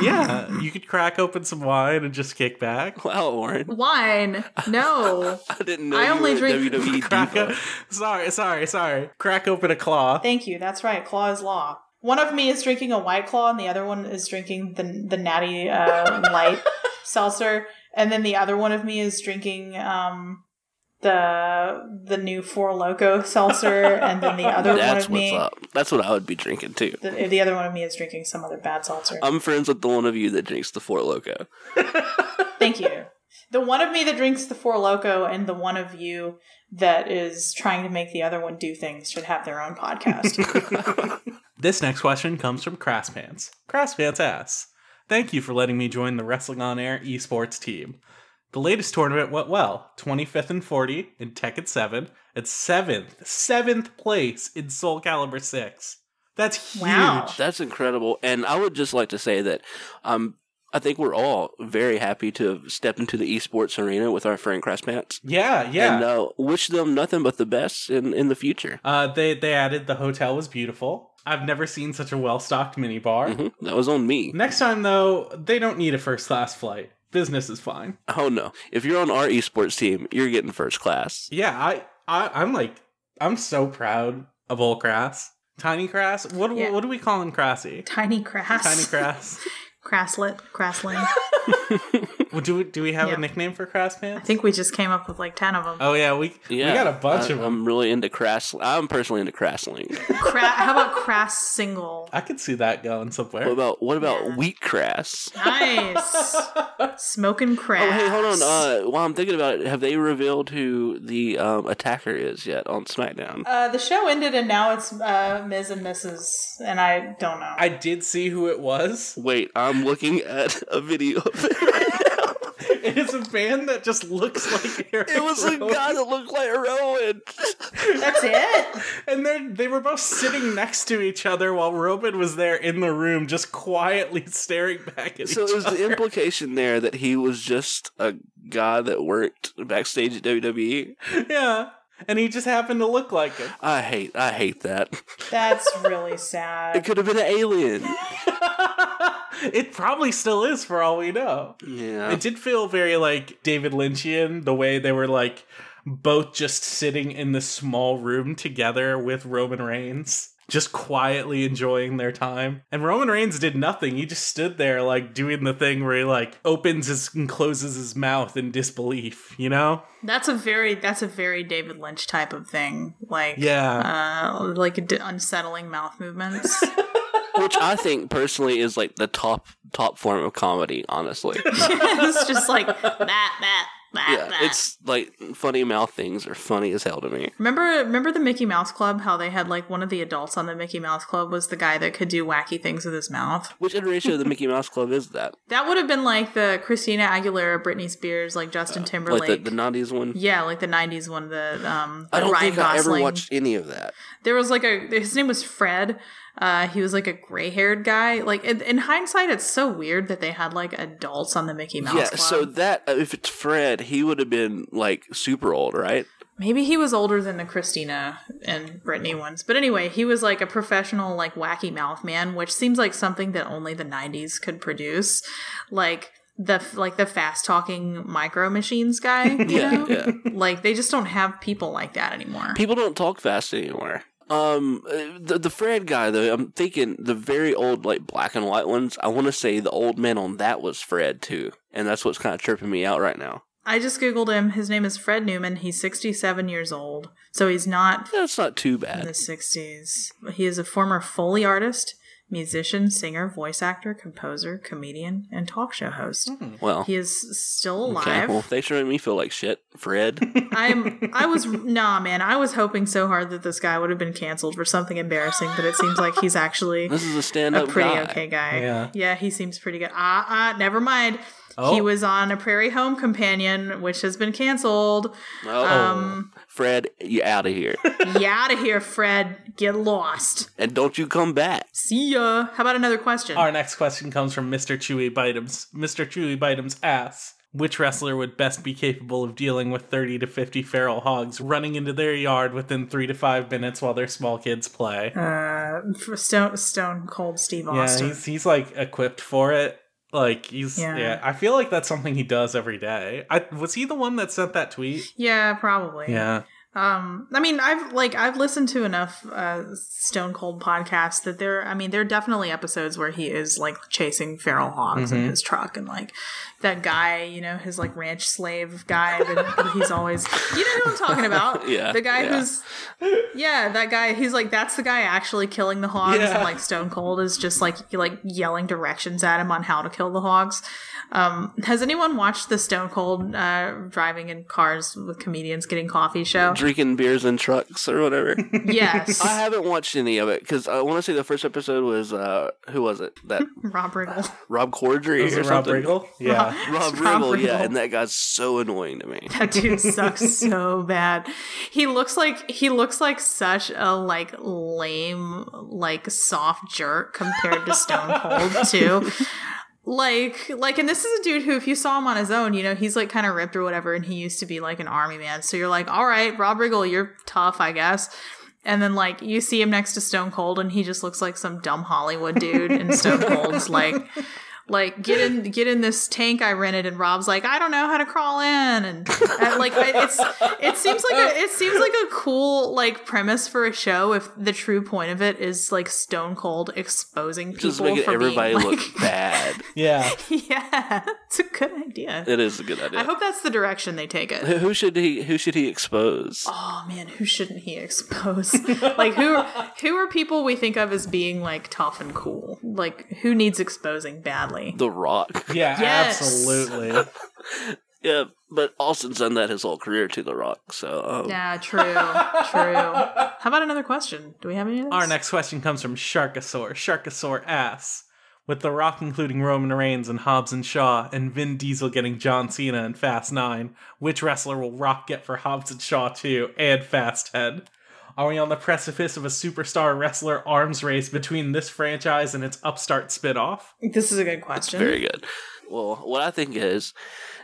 [SPEAKER 2] yeah, Uh, you could crack open some wine and just kick back.
[SPEAKER 3] Wow, Warren,
[SPEAKER 1] Wine. No.
[SPEAKER 3] I didn't know.
[SPEAKER 1] I
[SPEAKER 3] you
[SPEAKER 1] only
[SPEAKER 3] were a
[SPEAKER 1] drink-
[SPEAKER 3] WWE
[SPEAKER 2] Crack
[SPEAKER 3] diva.
[SPEAKER 2] o- sorry, sorry, sorry. Crack open a claw.
[SPEAKER 1] Thank you. That's right. Claw is law. One of me is drinking a white claw, and the other one is drinking the the natty uh, light seltzer, and then the other one of me is drinking um, the the new Four Loco seltzer, and then the other one
[SPEAKER 3] That's
[SPEAKER 1] of
[SPEAKER 3] what's
[SPEAKER 1] me
[SPEAKER 3] up. That's what I would be drinking too.
[SPEAKER 1] the, the other one of me is drinking some other bad seltzer.
[SPEAKER 3] I'm friends with the one of you that drinks the Four Loco.
[SPEAKER 1] Thank you. The one of me that drinks the Four Loco and the one of you that is trying to make the other one do things should have their own podcast.
[SPEAKER 2] This next question comes from Crasspants. Crasspants asks, Thank you for letting me join the Wrestling on Air esports team. The latest tournament went well 25th and 40 in Tekken 7, and 7th, 7th place in Soul Calibur 6. That's huge.
[SPEAKER 1] Wow.
[SPEAKER 3] That's incredible. And I would just like to say that um, I think we're all very happy to have stepped into the esports arena with our friend Crash Pants.
[SPEAKER 2] Yeah, yeah.
[SPEAKER 3] And uh, wish them nothing but the best in, in the future.
[SPEAKER 2] Uh, they they added the hotel was beautiful. I've never seen such a well stocked minibar. bar.
[SPEAKER 3] Mhm. That was on me.
[SPEAKER 2] Next time though, they don't need a first class flight. Business is fine.
[SPEAKER 3] Oh no. If you're on our esports team, you're getting first class.
[SPEAKER 2] Yeah, I, I I'm like I'm so proud of old Crass. Tiny Crass. What do we-
[SPEAKER 1] Yeah.
[SPEAKER 2] what are we calling Crassy?
[SPEAKER 1] Tiny crass.
[SPEAKER 2] Tiny Crass.
[SPEAKER 1] Crasslet. Crassling.
[SPEAKER 2] Well, do we, do we have
[SPEAKER 1] Yeah.
[SPEAKER 2] a nickname for Crass
[SPEAKER 1] I
[SPEAKER 2] Pants?
[SPEAKER 1] think we just came up with like 10 of them.
[SPEAKER 2] Oh yeah, we
[SPEAKER 3] Yeah.
[SPEAKER 2] we got a bunch
[SPEAKER 3] I, um,
[SPEAKER 2] of them.
[SPEAKER 3] I'm really into crass. I'm personally into crassling.
[SPEAKER 1] Cra- how about crass single?
[SPEAKER 2] I could see that going
[SPEAKER 3] what
[SPEAKER 2] somewhere.
[SPEAKER 3] about what about
[SPEAKER 1] Yeah.
[SPEAKER 3] wheat crass?
[SPEAKER 1] Nice. Smoking crass.
[SPEAKER 3] Oh hey, hold on. Uh, while I'm thinking about it, have they revealed who the um, attacker is yet on SmackDown?
[SPEAKER 1] Uh, the show ended and now it's uh, Ms. and Mrs. And I don't know.
[SPEAKER 2] I did see who it was.
[SPEAKER 3] Wait, I'm looking at a video of it right now.
[SPEAKER 2] It is a man that just looks like Eric.
[SPEAKER 3] It was a
[SPEAKER 2] Rowan.
[SPEAKER 3] guy that looked like Rowan.
[SPEAKER 1] That's it.
[SPEAKER 2] And they they were both sitting next to each other while Robin was there in the room, just quietly staring back at
[SPEAKER 3] so
[SPEAKER 2] each
[SPEAKER 3] is
[SPEAKER 2] other.
[SPEAKER 3] the implication there that he was just a guy that worked backstage at WWE?
[SPEAKER 2] yeah, and he just happened to look like him.
[SPEAKER 3] I hate, I hate that.
[SPEAKER 1] That's really
[SPEAKER 3] It
[SPEAKER 1] sad.
[SPEAKER 3] could have been an alien.
[SPEAKER 2] it probably still is, for all we know.
[SPEAKER 3] Yeah.
[SPEAKER 2] It did feel very like David Lynchian, the way they were like both just sitting in the small room together with Roman Reigns, just quietly enjoying their time. And Roman Reigns did nothing. He just stood there like doing the thing where he like opens his and closes his mouth in disbelief, you know?
[SPEAKER 1] That's a very that's a very David Lynch type of thing. Like
[SPEAKER 2] Yeah.
[SPEAKER 1] uh, like d- unsettling mouth movements.
[SPEAKER 3] Which I think personally is like the top top form of comedy, honestly.
[SPEAKER 1] it's just like that that that
[SPEAKER 3] Yeah.
[SPEAKER 1] that.
[SPEAKER 3] It's like funny mouth things are funny as hell to me.
[SPEAKER 1] Remember, remember the Mickey Mouse Club? How they had like one of the adults on the Mickey Mouse Club was the guy that could do wacky things with his mouth.
[SPEAKER 3] Which iteration of the Mickey Mouse Club is that?
[SPEAKER 1] That would have been like the Christina Aguilera, Britney Spears, like Justin Timberlake.
[SPEAKER 3] Uh, Like the, the 90s one?
[SPEAKER 1] yeah, like the '90s one. The um,
[SPEAKER 3] I
[SPEAKER 1] the
[SPEAKER 3] don't
[SPEAKER 1] Ryan
[SPEAKER 3] think I
[SPEAKER 1] Gosling.
[SPEAKER 3] ever watched any of that.
[SPEAKER 1] There was like a his name was Fred. Uh, he was like a gray-haired guy. Like in, in hindsight, it's so weird that they had like adults on the Mickey Mouse
[SPEAKER 3] yeah,
[SPEAKER 1] Club.
[SPEAKER 3] so that uh, if it's Fred, he would have been like super old, right?
[SPEAKER 1] Maybe he was older than the Christina and Brittany ones. But anyway, he was like a professional, like wacky mouth man, which seems like something that only the 90s could produce. Like the like the fast talking micro machines guy, you
[SPEAKER 3] Yeah,
[SPEAKER 1] know?
[SPEAKER 3] yeah.
[SPEAKER 1] Like they just don't have people like that anymore.
[SPEAKER 3] People don't talk fast anymore. Um, uh, the the Fred guy though, I'm thinking the very old like black and white ones. I want to say the old man on that was Fred too, and that's what's kind of tripping me out right now.
[SPEAKER 1] I just googled him. His name is Fred Newman. He's 67 years old. So he's not
[SPEAKER 3] That's not too
[SPEAKER 1] in the
[SPEAKER 3] bad.
[SPEAKER 1] 60s. He is a former Foley artist, musician, singer, voice actor, composer, comedian, and talk show host.
[SPEAKER 3] Well,
[SPEAKER 1] He is still
[SPEAKER 3] Oh. okay.
[SPEAKER 1] alive.
[SPEAKER 3] Well, thanks for making me feel like shit, Fred.
[SPEAKER 1] I'm I was nah man, I was hoping so hard that this guy would have been canceled for something embarrassing, but it seems like he's actually
[SPEAKER 3] this is a stand
[SPEAKER 1] a
[SPEAKER 3] up
[SPEAKER 1] pretty
[SPEAKER 3] guy.
[SPEAKER 1] okay guy.
[SPEAKER 2] Yeah.
[SPEAKER 1] he seems pretty good. Ah, uh, uh, never mind.
[SPEAKER 2] Oh.
[SPEAKER 1] He was on a Prairie Home Companion, which has been canceled.
[SPEAKER 3] Oh,
[SPEAKER 1] Um,
[SPEAKER 3] Fred, you out of here,
[SPEAKER 1] you out of here, Fred. Get lost.
[SPEAKER 3] and don't you come back.
[SPEAKER 1] See ya. How about another question?
[SPEAKER 2] Our next question comes from Mr. Chewy Bitems. Mr. Chewy Bitems asks, which wrestler would best be capable of dealing with 30 to 50 feral hogs running into their yard within 3 to 5 minutes while their small kids play?
[SPEAKER 1] Uh, for Stone Stone Cold Steve
[SPEAKER 2] Yeah,
[SPEAKER 1] Austin.
[SPEAKER 2] he's he's like equipped for it. Like he's yeah.
[SPEAKER 1] Yeah.
[SPEAKER 2] I feel like that's something he does every day. I was he the one that sent that tweet?
[SPEAKER 1] yeah, probably.
[SPEAKER 2] Yeah.
[SPEAKER 1] Um, I mean, I've like I've listened to enough uh, Stone Cold podcasts that there. I mean, there are definitely episodes where he is like chasing feral hogs
[SPEAKER 3] Mm-hmm.
[SPEAKER 1] in his truck, and like that guy, you know, his like ranch slave guy that he's always. You know who I'm talking about?
[SPEAKER 3] Yeah,
[SPEAKER 1] the guy
[SPEAKER 3] yeah.
[SPEAKER 1] who's. Yeah, that guy. He's like that's the guy actually killing the hogs,
[SPEAKER 2] Yeah.
[SPEAKER 1] and like Stone Cold is just like like yelling directions at him on how to kill the hogs. Um, has anyone watched the Stone Cold uh, driving in cars with comedians getting coffee show?
[SPEAKER 3] Drinking beers in trucks or whatever.
[SPEAKER 1] yes,
[SPEAKER 3] I haven't watched any of it because I want to say the first episode was uh, who was it? That
[SPEAKER 1] Rob Riggle.
[SPEAKER 3] Rob Corddry
[SPEAKER 2] Is
[SPEAKER 3] or
[SPEAKER 2] it Rob
[SPEAKER 3] something.
[SPEAKER 2] Riggle? Yeah.
[SPEAKER 3] Rob
[SPEAKER 1] It's Rob
[SPEAKER 3] Riggle, yeah,
[SPEAKER 1] Riggle.
[SPEAKER 3] and that guy's so annoying to me.
[SPEAKER 1] That dude sucks so bad. He looks like he looks like such a like lame, like soft jerk compared to Stone Cold too. Like like and this is a dude who if you saw him on his own, you know, he's like kind of ripped or whatever and he used to be like an army man. So you're like, "All right, Rob Riggle, you're tough, I guess." And then like you see him next to Stone Cold and he just looks like some dumb Hollywood dude and Stone Cold's like like get in get in this tank I rented and Rob's like I don't know how to crawl in and, and, like I- it's it seems like a, it seems like a cool like premise for a show if the true point of it is like stone cold exposing people
[SPEAKER 3] Just making
[SPEAKER 1] for
[SPEAKER 3] everybody
[SPEAKER 1] being,
[SPEAKER 3] look
[SPEAKER 1] like,
[SPEAKER 3] bad.
[SPEAKER 2] Yeah.
[SPEAKER 1] yeah it's a good idea
[SPEAKER 3] It is a good idea.
[SPEAKER 1] I hope that's the direction they take it
[SPEAKER 3] Who- who should he? Who should he expose?
[SPEAKER 1] oh man who shouldn't he expose like who who are people we think of as being like tough and cool like who needs exposing badly
[SPEAKER 3] The Rock.
[SPEAKER 2] Yeah,
[SPEAKER 1] Yes.
[SPEAKER 2] absolutely.
[SPEAKER 3] Yeah, but Austin's done that his whole career to The Rock. So um,
[SPEAKER 1] Yeah, true, true. How about another question? Do we have any? Of those?
[SPEAKER 2] Our next question comes from Sharkosaur. Sharkosaur asks, with The Rock including Roman Reigns and Hobbs and Shaw, and Vin Diesel getting John Cena in Fast 9, which wrestler will Rock get for Hobbs and Shaw 2 and Fast 10? Are we on the precipice of a superstar wrestler arms race between this franchise and its upstart spinoff?
[SPEAKER 1] This is a good question.
[SPEAKER 3] very good. Well, what I think is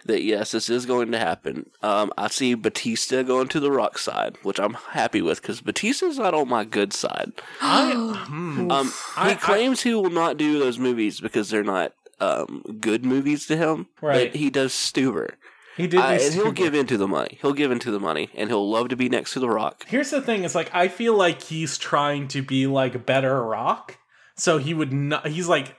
[SPEAKER 3] that yes, this is going to happen. Um, I see Batista going to the Rock side, which I'm happy with because Batista's not on my good side.
[SPEAKER 2] I, hmm.
[SPEAKER 3] Um,
[SPEAKER 2] I- I-
[SPEAKER 3] he claims he will not do those movies because they're not um, good movies to him.
[SPEAKER 2] Right.
[SPEAKER 3] But he does Stuber.
[SPEAKER 2] he did.
[SPEAKER 3] I-
[SPEAKER 2] do
[SPEAKER 3] and he'll
[SPEAKER 2] Stuber.
[SPEAKER 3] give in to the money. He'll give in to the money, and he'll love to be next to the Rock.
[SPEAKER 2] Here's the thing: is like I feel like he's trying to be like better Rock, so he would not. He's like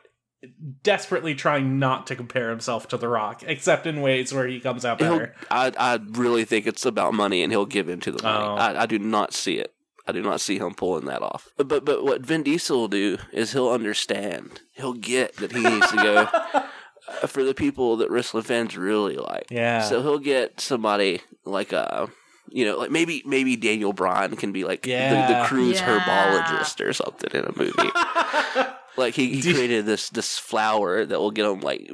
[SPEAKER 2] desperately trying not to compare himself to the Rock, except in ways where he comes out
[SPEAKER 3] He'll,
[SPEAKER 2] better.
[SPEAKER 3] I, I really think it's about money, and he'll give in to the money.
[SPEAKER 2] Oh.
[SPEAKER 3] I, I do not see it. I do not see him pulling that off. But but what Vin Diesel will do is he'll understand. He'll get that he needs to go uh, for the people that wrestling fans really like.
[SPEAKER 2] Yeah.
[SPEAKER 3] So he'll get somebody like uh you know, like maybe maybe Daniel Bryan can be like the, the
[SPEAKER 2] Yeah.
[SPEAKER 3] crew's
[SPEAKER 1] Yeah.
[SPEAKER 3] herbologist or something in a movie. like he, he created this this flower that will get him like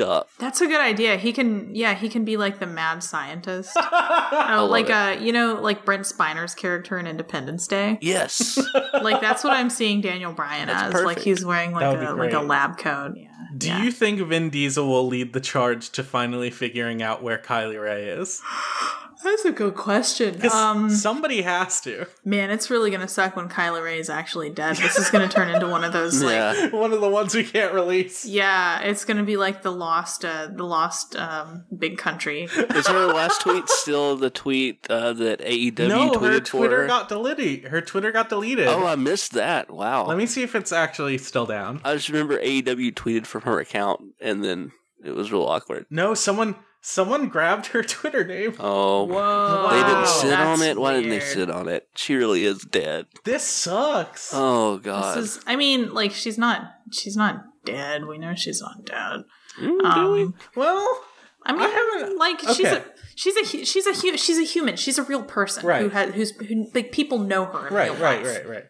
[SPEAKER 3] up.
[SPEAKER 1] That's a good idea. He can, yeah, he can be like the mad scientist. Oh,
[SPEAKER 3] love
[SPEAKER 1] like uh, you know, like Brent Spiner's character in Independence Day.
[SPEAKER 3] Yes.
[SPEAKER 1] Like that's what I'm seeing Daniel Bryan as. Like
[SPEAKER 3] perfect.
[SPEAKER 1] he's wearing
[SPEAKER 2] That
[SPEAKER 1] like
[SPEAKER 2] would be
[SPEAKER 1] a like a
[SPEAKER 2] great.
[SPEAKER 1] lab coat. Yeah.
[SPEAKER 2] Do
[SPEAKER 1] yeah.
[SPEAKER 2] you think Vin Diesel will lead the charge to finally figuring out where Kylie Ray is?
[SPEAKER 1] That's a good question.
[SPEAKER 2] 'Cause
[SPEAKER 1] Um,
[SPEAKER 2] somebody has to.
[SPEAKER 1] man, it's really gonna suck when Kylo Ray is actually dead. This is gonna turn into one of those like
[SPEAKER 3] yeah.
[SPEAKER 2] One of the ones we can't release.
[SPEAKER 1] Yeah, it's gonna be like the lost, uh, the lost um, big country.
[SPEAKER 3] Is her last tweet still the tweet uh, that AEW
[SPEAKER 2] no,
[SPEAKER 3] tweeted
[SPEAKER 2] her
[SPEAKER 3] for
[SPEAKER 2] Twitter
[SPEAKER 3] her?
[SPEAKER 2] got deleted. Her Twitter got deleted.
[SPEAKER 3] oh, I missed that. Wow.
[SPEAKER 2] Let me see if it's actually still down.
[SPEAKER 3] I just remember AEW tweeted from her account, and then it was real awkward.
[SPEAKER 2] No, someone someone grabbed her Twitter name.
[SPEAKER 3] Oh,
[SPEAKER 1] Whoa!
[SPEAKER 3] they
[SPEAKER 2] wow,
[SPEAKER 3] didn't sit
[SPEAKER 1] that's
[SPEAKER 3] on it. Why didn't they
[SPEAKER 1] weird.
[SPEAKER 3] sit on it? She really is dead.
[SPEAKER 2] This sucks.
[SPEAKER 3] Oh
[SPEAKER 1] This
[SPEAKER 3] God.
[SPEAKER 1] is. I mean, like she's not. She's not dead. We know she's not dead.
[SPEAKER 3] Mm, do we?
[SPEAKER 1] Um,
[SPEAKER 2] well,
[SPEAKER 1] I mean,
[SPEAKER 2] I haven't-
[SPEAKER 1] like she's
[SPEAKER 2] okay.
[SPEAKER 1] a. She's a hu- she's a hu- she's a human. She's a real person who
[SPEAKER 2] Right.
[SPEAKER 1] has who's who, like people know her. In
[SPEAKER 2] right,
[SPEAKER 1] real
[SPEAKER 2] right,
[SPEAKER 1] life.
[SPEAKER 2] right, right.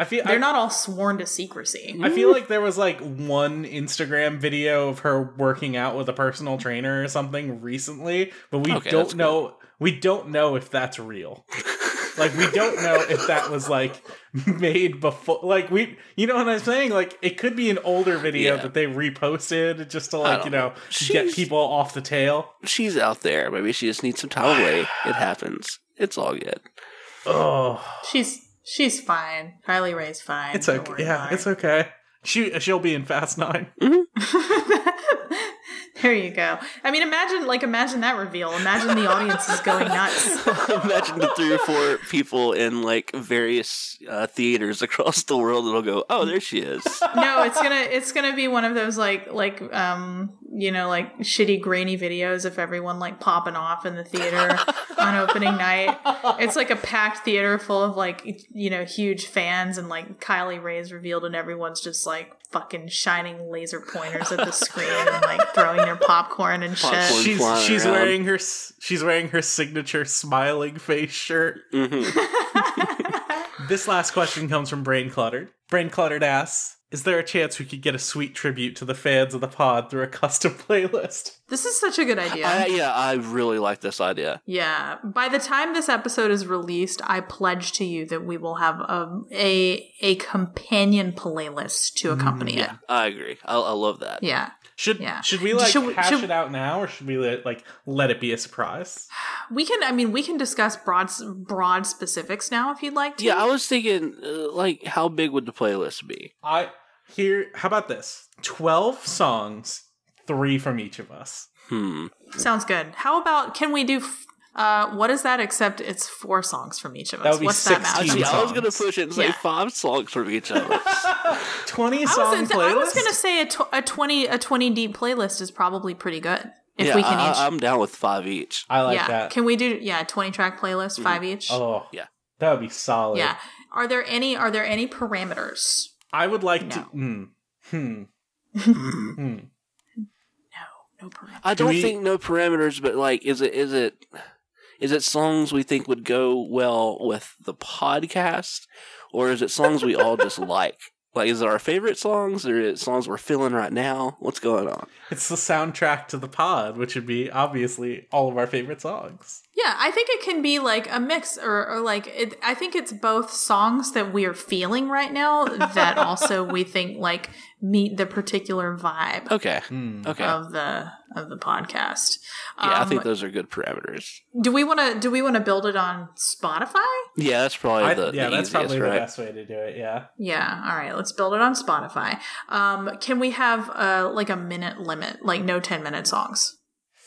[SPEAKER 2] I feel
[SPEAKER 1] They're
[SPEAKER 2] I,
[SPEAKER 1] not all sworn to secrecy.
[SPEAKER 2] I feel like there was like one Instagram video of her working out with a personal trainer or something recently, but we
[SPEAKER 3] Okay, that's
[SPEAKER 2] don't
[SPEAKER 3] good.
[SPEAKER 2] know we don't know if that's real. like we don't know if that was like made before like we you know what I'm saying? Like it could be an older video
[SPEAKER 3] Yeah.
[SPEAKER 2] that they reposted just to
[SPEAKER 3] I
[SPEAKER 2] like,
[SPEAKER 3] don't
[SPEAKER 2] you know, get
[SPEAKER 3] She's-
[SPEAKER 2] people off the tail.
[SPEAKER 3] She's out there. Maybe she just needs some time away. It happens. It's all good.
[SPEAKER 2] Oh,
[SPEAKER 1] She's she's fine. Kylie Ray's fine.
[SPEAKER 2] it's
[SPEAKER 1] Don't
[SPEAKER 2] okay.
[SPEAKER 1] worry
[SPEAKER 2] Yeah,
[SPEAKER 1] about her.
[SPEAKER 2] it's okay. She she'll be in Fast 9.
[SPEAKER 1] there you go. I mean, imagine like imagine that reveal. Imagine the audience is going nuts.
[SPEAKER 3] Imagine the three or four people in like various uh, theaters across the world that'll go, "Oh, there she is."
[SPEAKER 1] No, it's gonna it's gonna be one of those like like um you know, like shitty grainy videos of everyone like popping off in the theater on opening night. It's like a packed theater full of like, you know, huge fans and like Kylie Ray's revealed and everyone's just like fucking shining laser pointers at the screen and like throwing their popcorn and shit.
[SPEAKER 3] Popcorn.
[SPEAKER 2] She's
[SPEAKER 3] flying
[SPEAKER 2] she's
[SPEAKER 3] around.
[SPEAKER 2] wearing her s- she's wearing her signature smiling face shirt.
[SPEAKER 3] Mm-hmm.
[SPEAKER 2] This last question comes from Brain Cluttered. Brain Cluttered asks, "Is there a chance we could get a sweet tribute to the fans of the pod through a custom playlist?"
[SPEAKER 1] This is such a good idea.
[SPEAKER 3] Yeah. I, yeah, I really like this idea.
[SPEAKER 1] Yeah. By the time this episode is released, I pledge to you that we will have a a, a companion playlist to accompany
[SPEAKER 2] Mm, yeah.
[SPEAKER 1] it.
[SPEAKER 3] I agree. I, I love that.
[SPEAKER 1] Yeah.
[SPEAKER 2] Should
[SPEAKER 1] Yeah.
[SPEAKER 2] should we like
[SPEAKER 1] Should we-
[SPEAKER 2] hash
[SPEAKER 1] should-
[SPEAKER 2] it out now, or should we let, like let it be a surprise?
[SPEAKER 1] We can I mean we can discuss broad broad specifics now if you'd like to.
[SPEAKER 3] Yeah, I was thinking, uh, like, how big would the playlist be?
[SPEAKER 2] I here. How about this? Twelve songs, three from each of us.
[SPEAKER 3] Hmm.
[SPEAKER 1] Sounds good. How about can we do f- uh what is that except it's four songs from each of us?
[SPEAKER 2] That would be
[SPEAKER 1] What's that
[SPEAKER 2] 16
[SPEAKER 1] math?
[SPEAKER 3] See, I was
[SPEAKER 2] songs.
[SPEAKER 3] gonna push it and say
[SPEAKER 1] Yeah.
[SPEAKER 3] five songs from each other.
[SPEAKER 2] Twenty
[SPEAKER 1] I
[SPEAKER 2] song
[SPEAKER 1] was,
[SPEAKER 2] playlist.
[SPEAKER 1] I was gonna say a, tw- a twenty a twenty deep playlist is probably pretty good if
[SPEAKER 3] yeah,
[SPEAKER 1] we can
[SPEAKER 3] I,
[SPEAKER 1] each
[SPEAKER 3] I- I'm down with five each.
[SPEAKER 2] I like
[SPEAKER 1] yeah
[SPEAKER 2] that.
[SPEAKER 1] can we do yeah twenty track playlist five each
[SPEAKER 2] oh
[SPEAKER 3] Yeah.
[SPEAKER 2] that would be solid.
[SPEAKER 1] Yeah. Are there any are there any parameters?
[SPEAKER 2] I would like to.
[SPEAKER 1] No.
[SPEAKER 2] Hmm. Hmm.
[SPEAKER 3] Mm.
[SPEAKER 2] hmm.
[SPEAKER 1] No, no parameters.
[SPEAKER 3] I don't
[SPEAKER 2] we-
[SPEAKER 3] think no parameters, but like, is it is it is it songs we think would go well with the podcast, or is it songs we all just like? Like, is it our favorite songs, or is it songs we're feeling right now? What's going on?
[SPEAKER 2] It's the soundtrack to the pod, which would be obviously all of our favorite songs.
[SPEAKER 1] Yeah, I think it can be like a mix or, or like it, I think it's both songs that we are feeling right now that also we think like meet the particular vibe
[SPEAKER 3] Okay,
[SPEAKER 2] Hmm.
[SPEAKER 3] okay,
[SPEAKER 1] of the of the podcast.
[SPEAKER 3] yeah, I
[SPEAKER 1] Um,
[SPEAKER 3] think those are good parameters.
[SPEAKER 1] do we want to do we want to build it on Spotify?
[SPEAKER 3] Yeah, that's probably
[SPEAKER 2] I-
[SPEAKER 3] the,
[SPEAKER 2] yeah,
[SPEAKER 3] the
[SPEAKER 2] that's
[SPEAKER 3] easiest,
[SPEAKER 2] probably
[SPEAKER 3] right?
[SPEAKER 2] the best way to do it. Yeah.
[SPEAKER 1] Yeah, all right, let's build it on Spotify. Um can we have uh like a minute limit, like no 10 minute songs?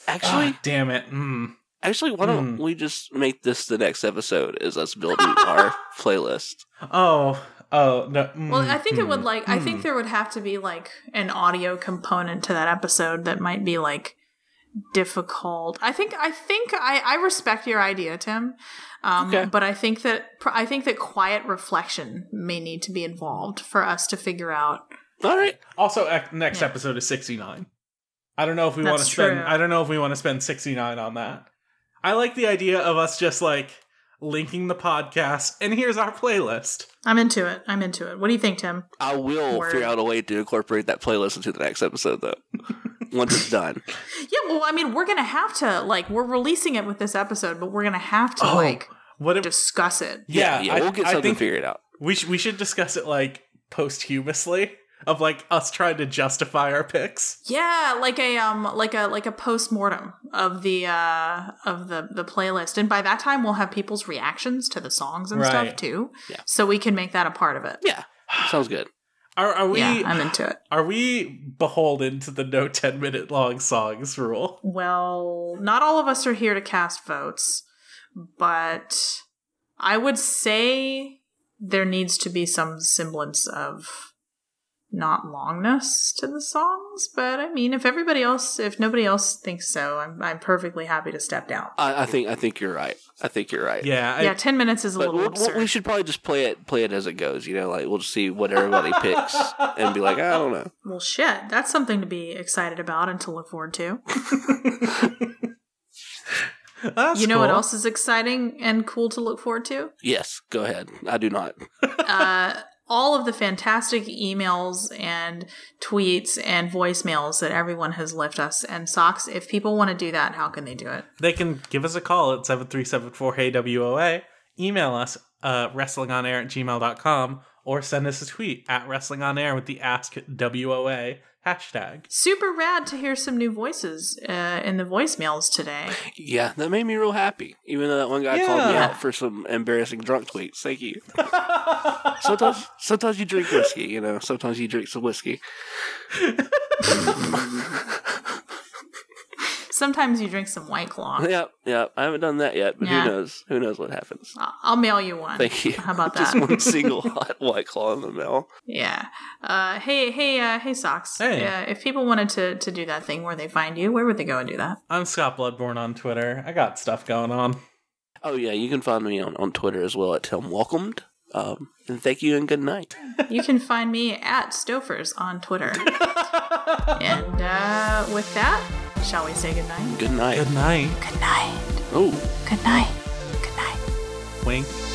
[SPEAKER 3] Actually,
[SPEAKER 2] Ah, damn it. Mm.
[SPEAKER 3] Actually, why don't
[SPEAKER 2] Hmm.
[SPEAKER 3] we just make this the next episode? Is us building our playlist?
[SPEAKER 2] Oh. Oh no. Mm,
[SPEAKER 1] Well, I think it would
[SPEAKER 2] hmm,
[SPEAKER 1] like I
[SPEAKER 2] hmm.
[SPEAKER 1] think there would have to be like an audio component to that episode that might be like difficult. I think I think I I respect your idea, Tim. Um
[SPEAKER 3] Okay.
[SPEAKER 1] but I think that pr- I think that quiet reflection may need to be involved for us to figure out.
[SPEAKER 3] All right.
[SPEAKER 2] Also, ec- next
[SPEAKER 1] Yeah.
[SPEAKER 2] episode is sixty nine. I don't know if we want to
[SPEAKER 1] That's
[SPEAKER 2] spend.
[SPEAKER 1] true.
[SPEAKER 2] I don't know if we want to spend sixty nine on that. I like the idea of us just like linking the podcast, and here's our playlist.
[SPEAKER 1] I'm into it. I'm into it. What do you think, Tim?
[SPEAKER 3] I will
[SPEAKER 1] Word.
[SPEAKER 3] figure out a way to incorporate that playlist into the next episode, though. Once it's done.
[SPEAKER 1] Yeah, well, I mean, we're going to have to like we're releasing it with this episode, but we're going to have to
[SPEAKER 2] Oh.
[SPEAKER 1] like
[SPEAKER 2] What if?
[SPEAKER 1] discuss it.
[SPEAKER 2] yeah,
[SPEAKER 3] yeah,
[SPEAKER 2] I-
[SPEAKER 3] we'll get
[SPEAKER 2] I
[SPEAKER 3] something
[SPEAKER 2] think
[SPEAKER 3] figured out.
[SPEAKER 2] we sh- we should discuss it like posthumously of like us trying to justify our picks.
[SPEAKER 1] Yeah, like a um like a like a postmortem of the uh of the the playlist. And by that time we'll have people's reactions to the songs and
[SPEAKER 2] Right.
[SPEAKER 1] stuff too.
[SPEAKER 3] Yeah.
[SPEAKER 1] So we can make that a part of it.
[SPEAKER 3] Yeah. Sounds good.
[SPEAKER 2] Are are we?
[SPEAKER 1] yeah, I'm into it.
[SPEAKER 2] are we beholden to the no ten minute long songs rule?
[SPEAKER 1] Well, not all of us are here to cast votes, but I would say there needs to be some semblance of not longness to the songs, but I mean, if everybody else, if nobody else thinks so, I'm, I'm perfectly happy to step down.
[SPEAKER 3] I, I think I think you're right. I think you're right.
[SPEAKER 2] Yeah. I-
[SPEAKER 1] yeah, ten minutes is a
[SPEAKER 3] But
[SPEAKER 1] little
[SPEAKER 3] we'll,
[SPEAKER 1] absurd.
[SPEAKER 3] we'll- we should probably just play it play it as it goes, you know, like we'll just see what everybody picks and be like, I don't know.
[SPEAKER 1] well, shit, that's something to be excited about and to look forward to.
[SPEAKER 2] That's
[SPEAKER 1] you know what
[SPEAKER 2] cool.
[SPEAKER 1] else is exciting and cool to look forward to?
[SPEAKER 3] Yes, go ahead. I do not.
[SPEAKER 1] uh, all of the fantastic emails and tweets and voicemails that everyone has left us and socks. If people want to do that, how can they do it?
[SPEAKER 2] They can give us a call at 7374 Hey WOA, email us uh, wrestlingonair at gmail.com, or send us a tweet at wrestlingonair with the Ask WOA hashtag.
[SPEAKER 1] Super rad to hear some new voices uh, in the voicemails today.
[SPEAKER 3] Yeah, that made me real happy. Even though that one guy called me
[SPEAKER 2] Yeah.
[SPEAKER 3] out for some embarrassing drunk tweets. Thank you. sometimes, sometimes you drink whiskey. You know, sometimes you drink some whiskey.
[SPEAKER 1] Sometimes you drink some White Claw.
[SPEAKER 3] Yep, yep. I haven't done that yet, but
[SPEAKER 1] Yeah.
[SPEAKER 3] who knows? Who knows what happens?
[SPEAKER 1] I- I'll mail you one.
[SPEAKER 3] Thank you.
[SPEAKER 1] How about
[SPEAKER 3] Just
[SPEAKER 1] that?
[SPEAKER 3] one single hot white claw in the mail.
[SPEAKER 1] Yeah. Uh, hey, hey, uh, hey, socks.
[SPEAKER 2] Hey.
[SPEAKER 1] Yeah. If people wanted to to do that thing, where they find you, where would they go and do that?
[SPEAKER 2] I'm Scott Bloodborne on Twitter. I got stuff going on.
[SPEAKER 3] Oh yeah, you can find me on, on Twitter as well at Tim Welcomed. Um, and thank you and good night.
[SPEAKER 1] You can find me at Stofers on Twitter. and uh, with that, shall we say goodnight?
[SPEAKER 3] Good night.
[SPEAKER 2] Good night.
[SPEAKER 1] Good night.
[SPEAKER 3] Oh.
[SPEAKER 1] Good night. Good night.
[SPEAKER 2] Wink.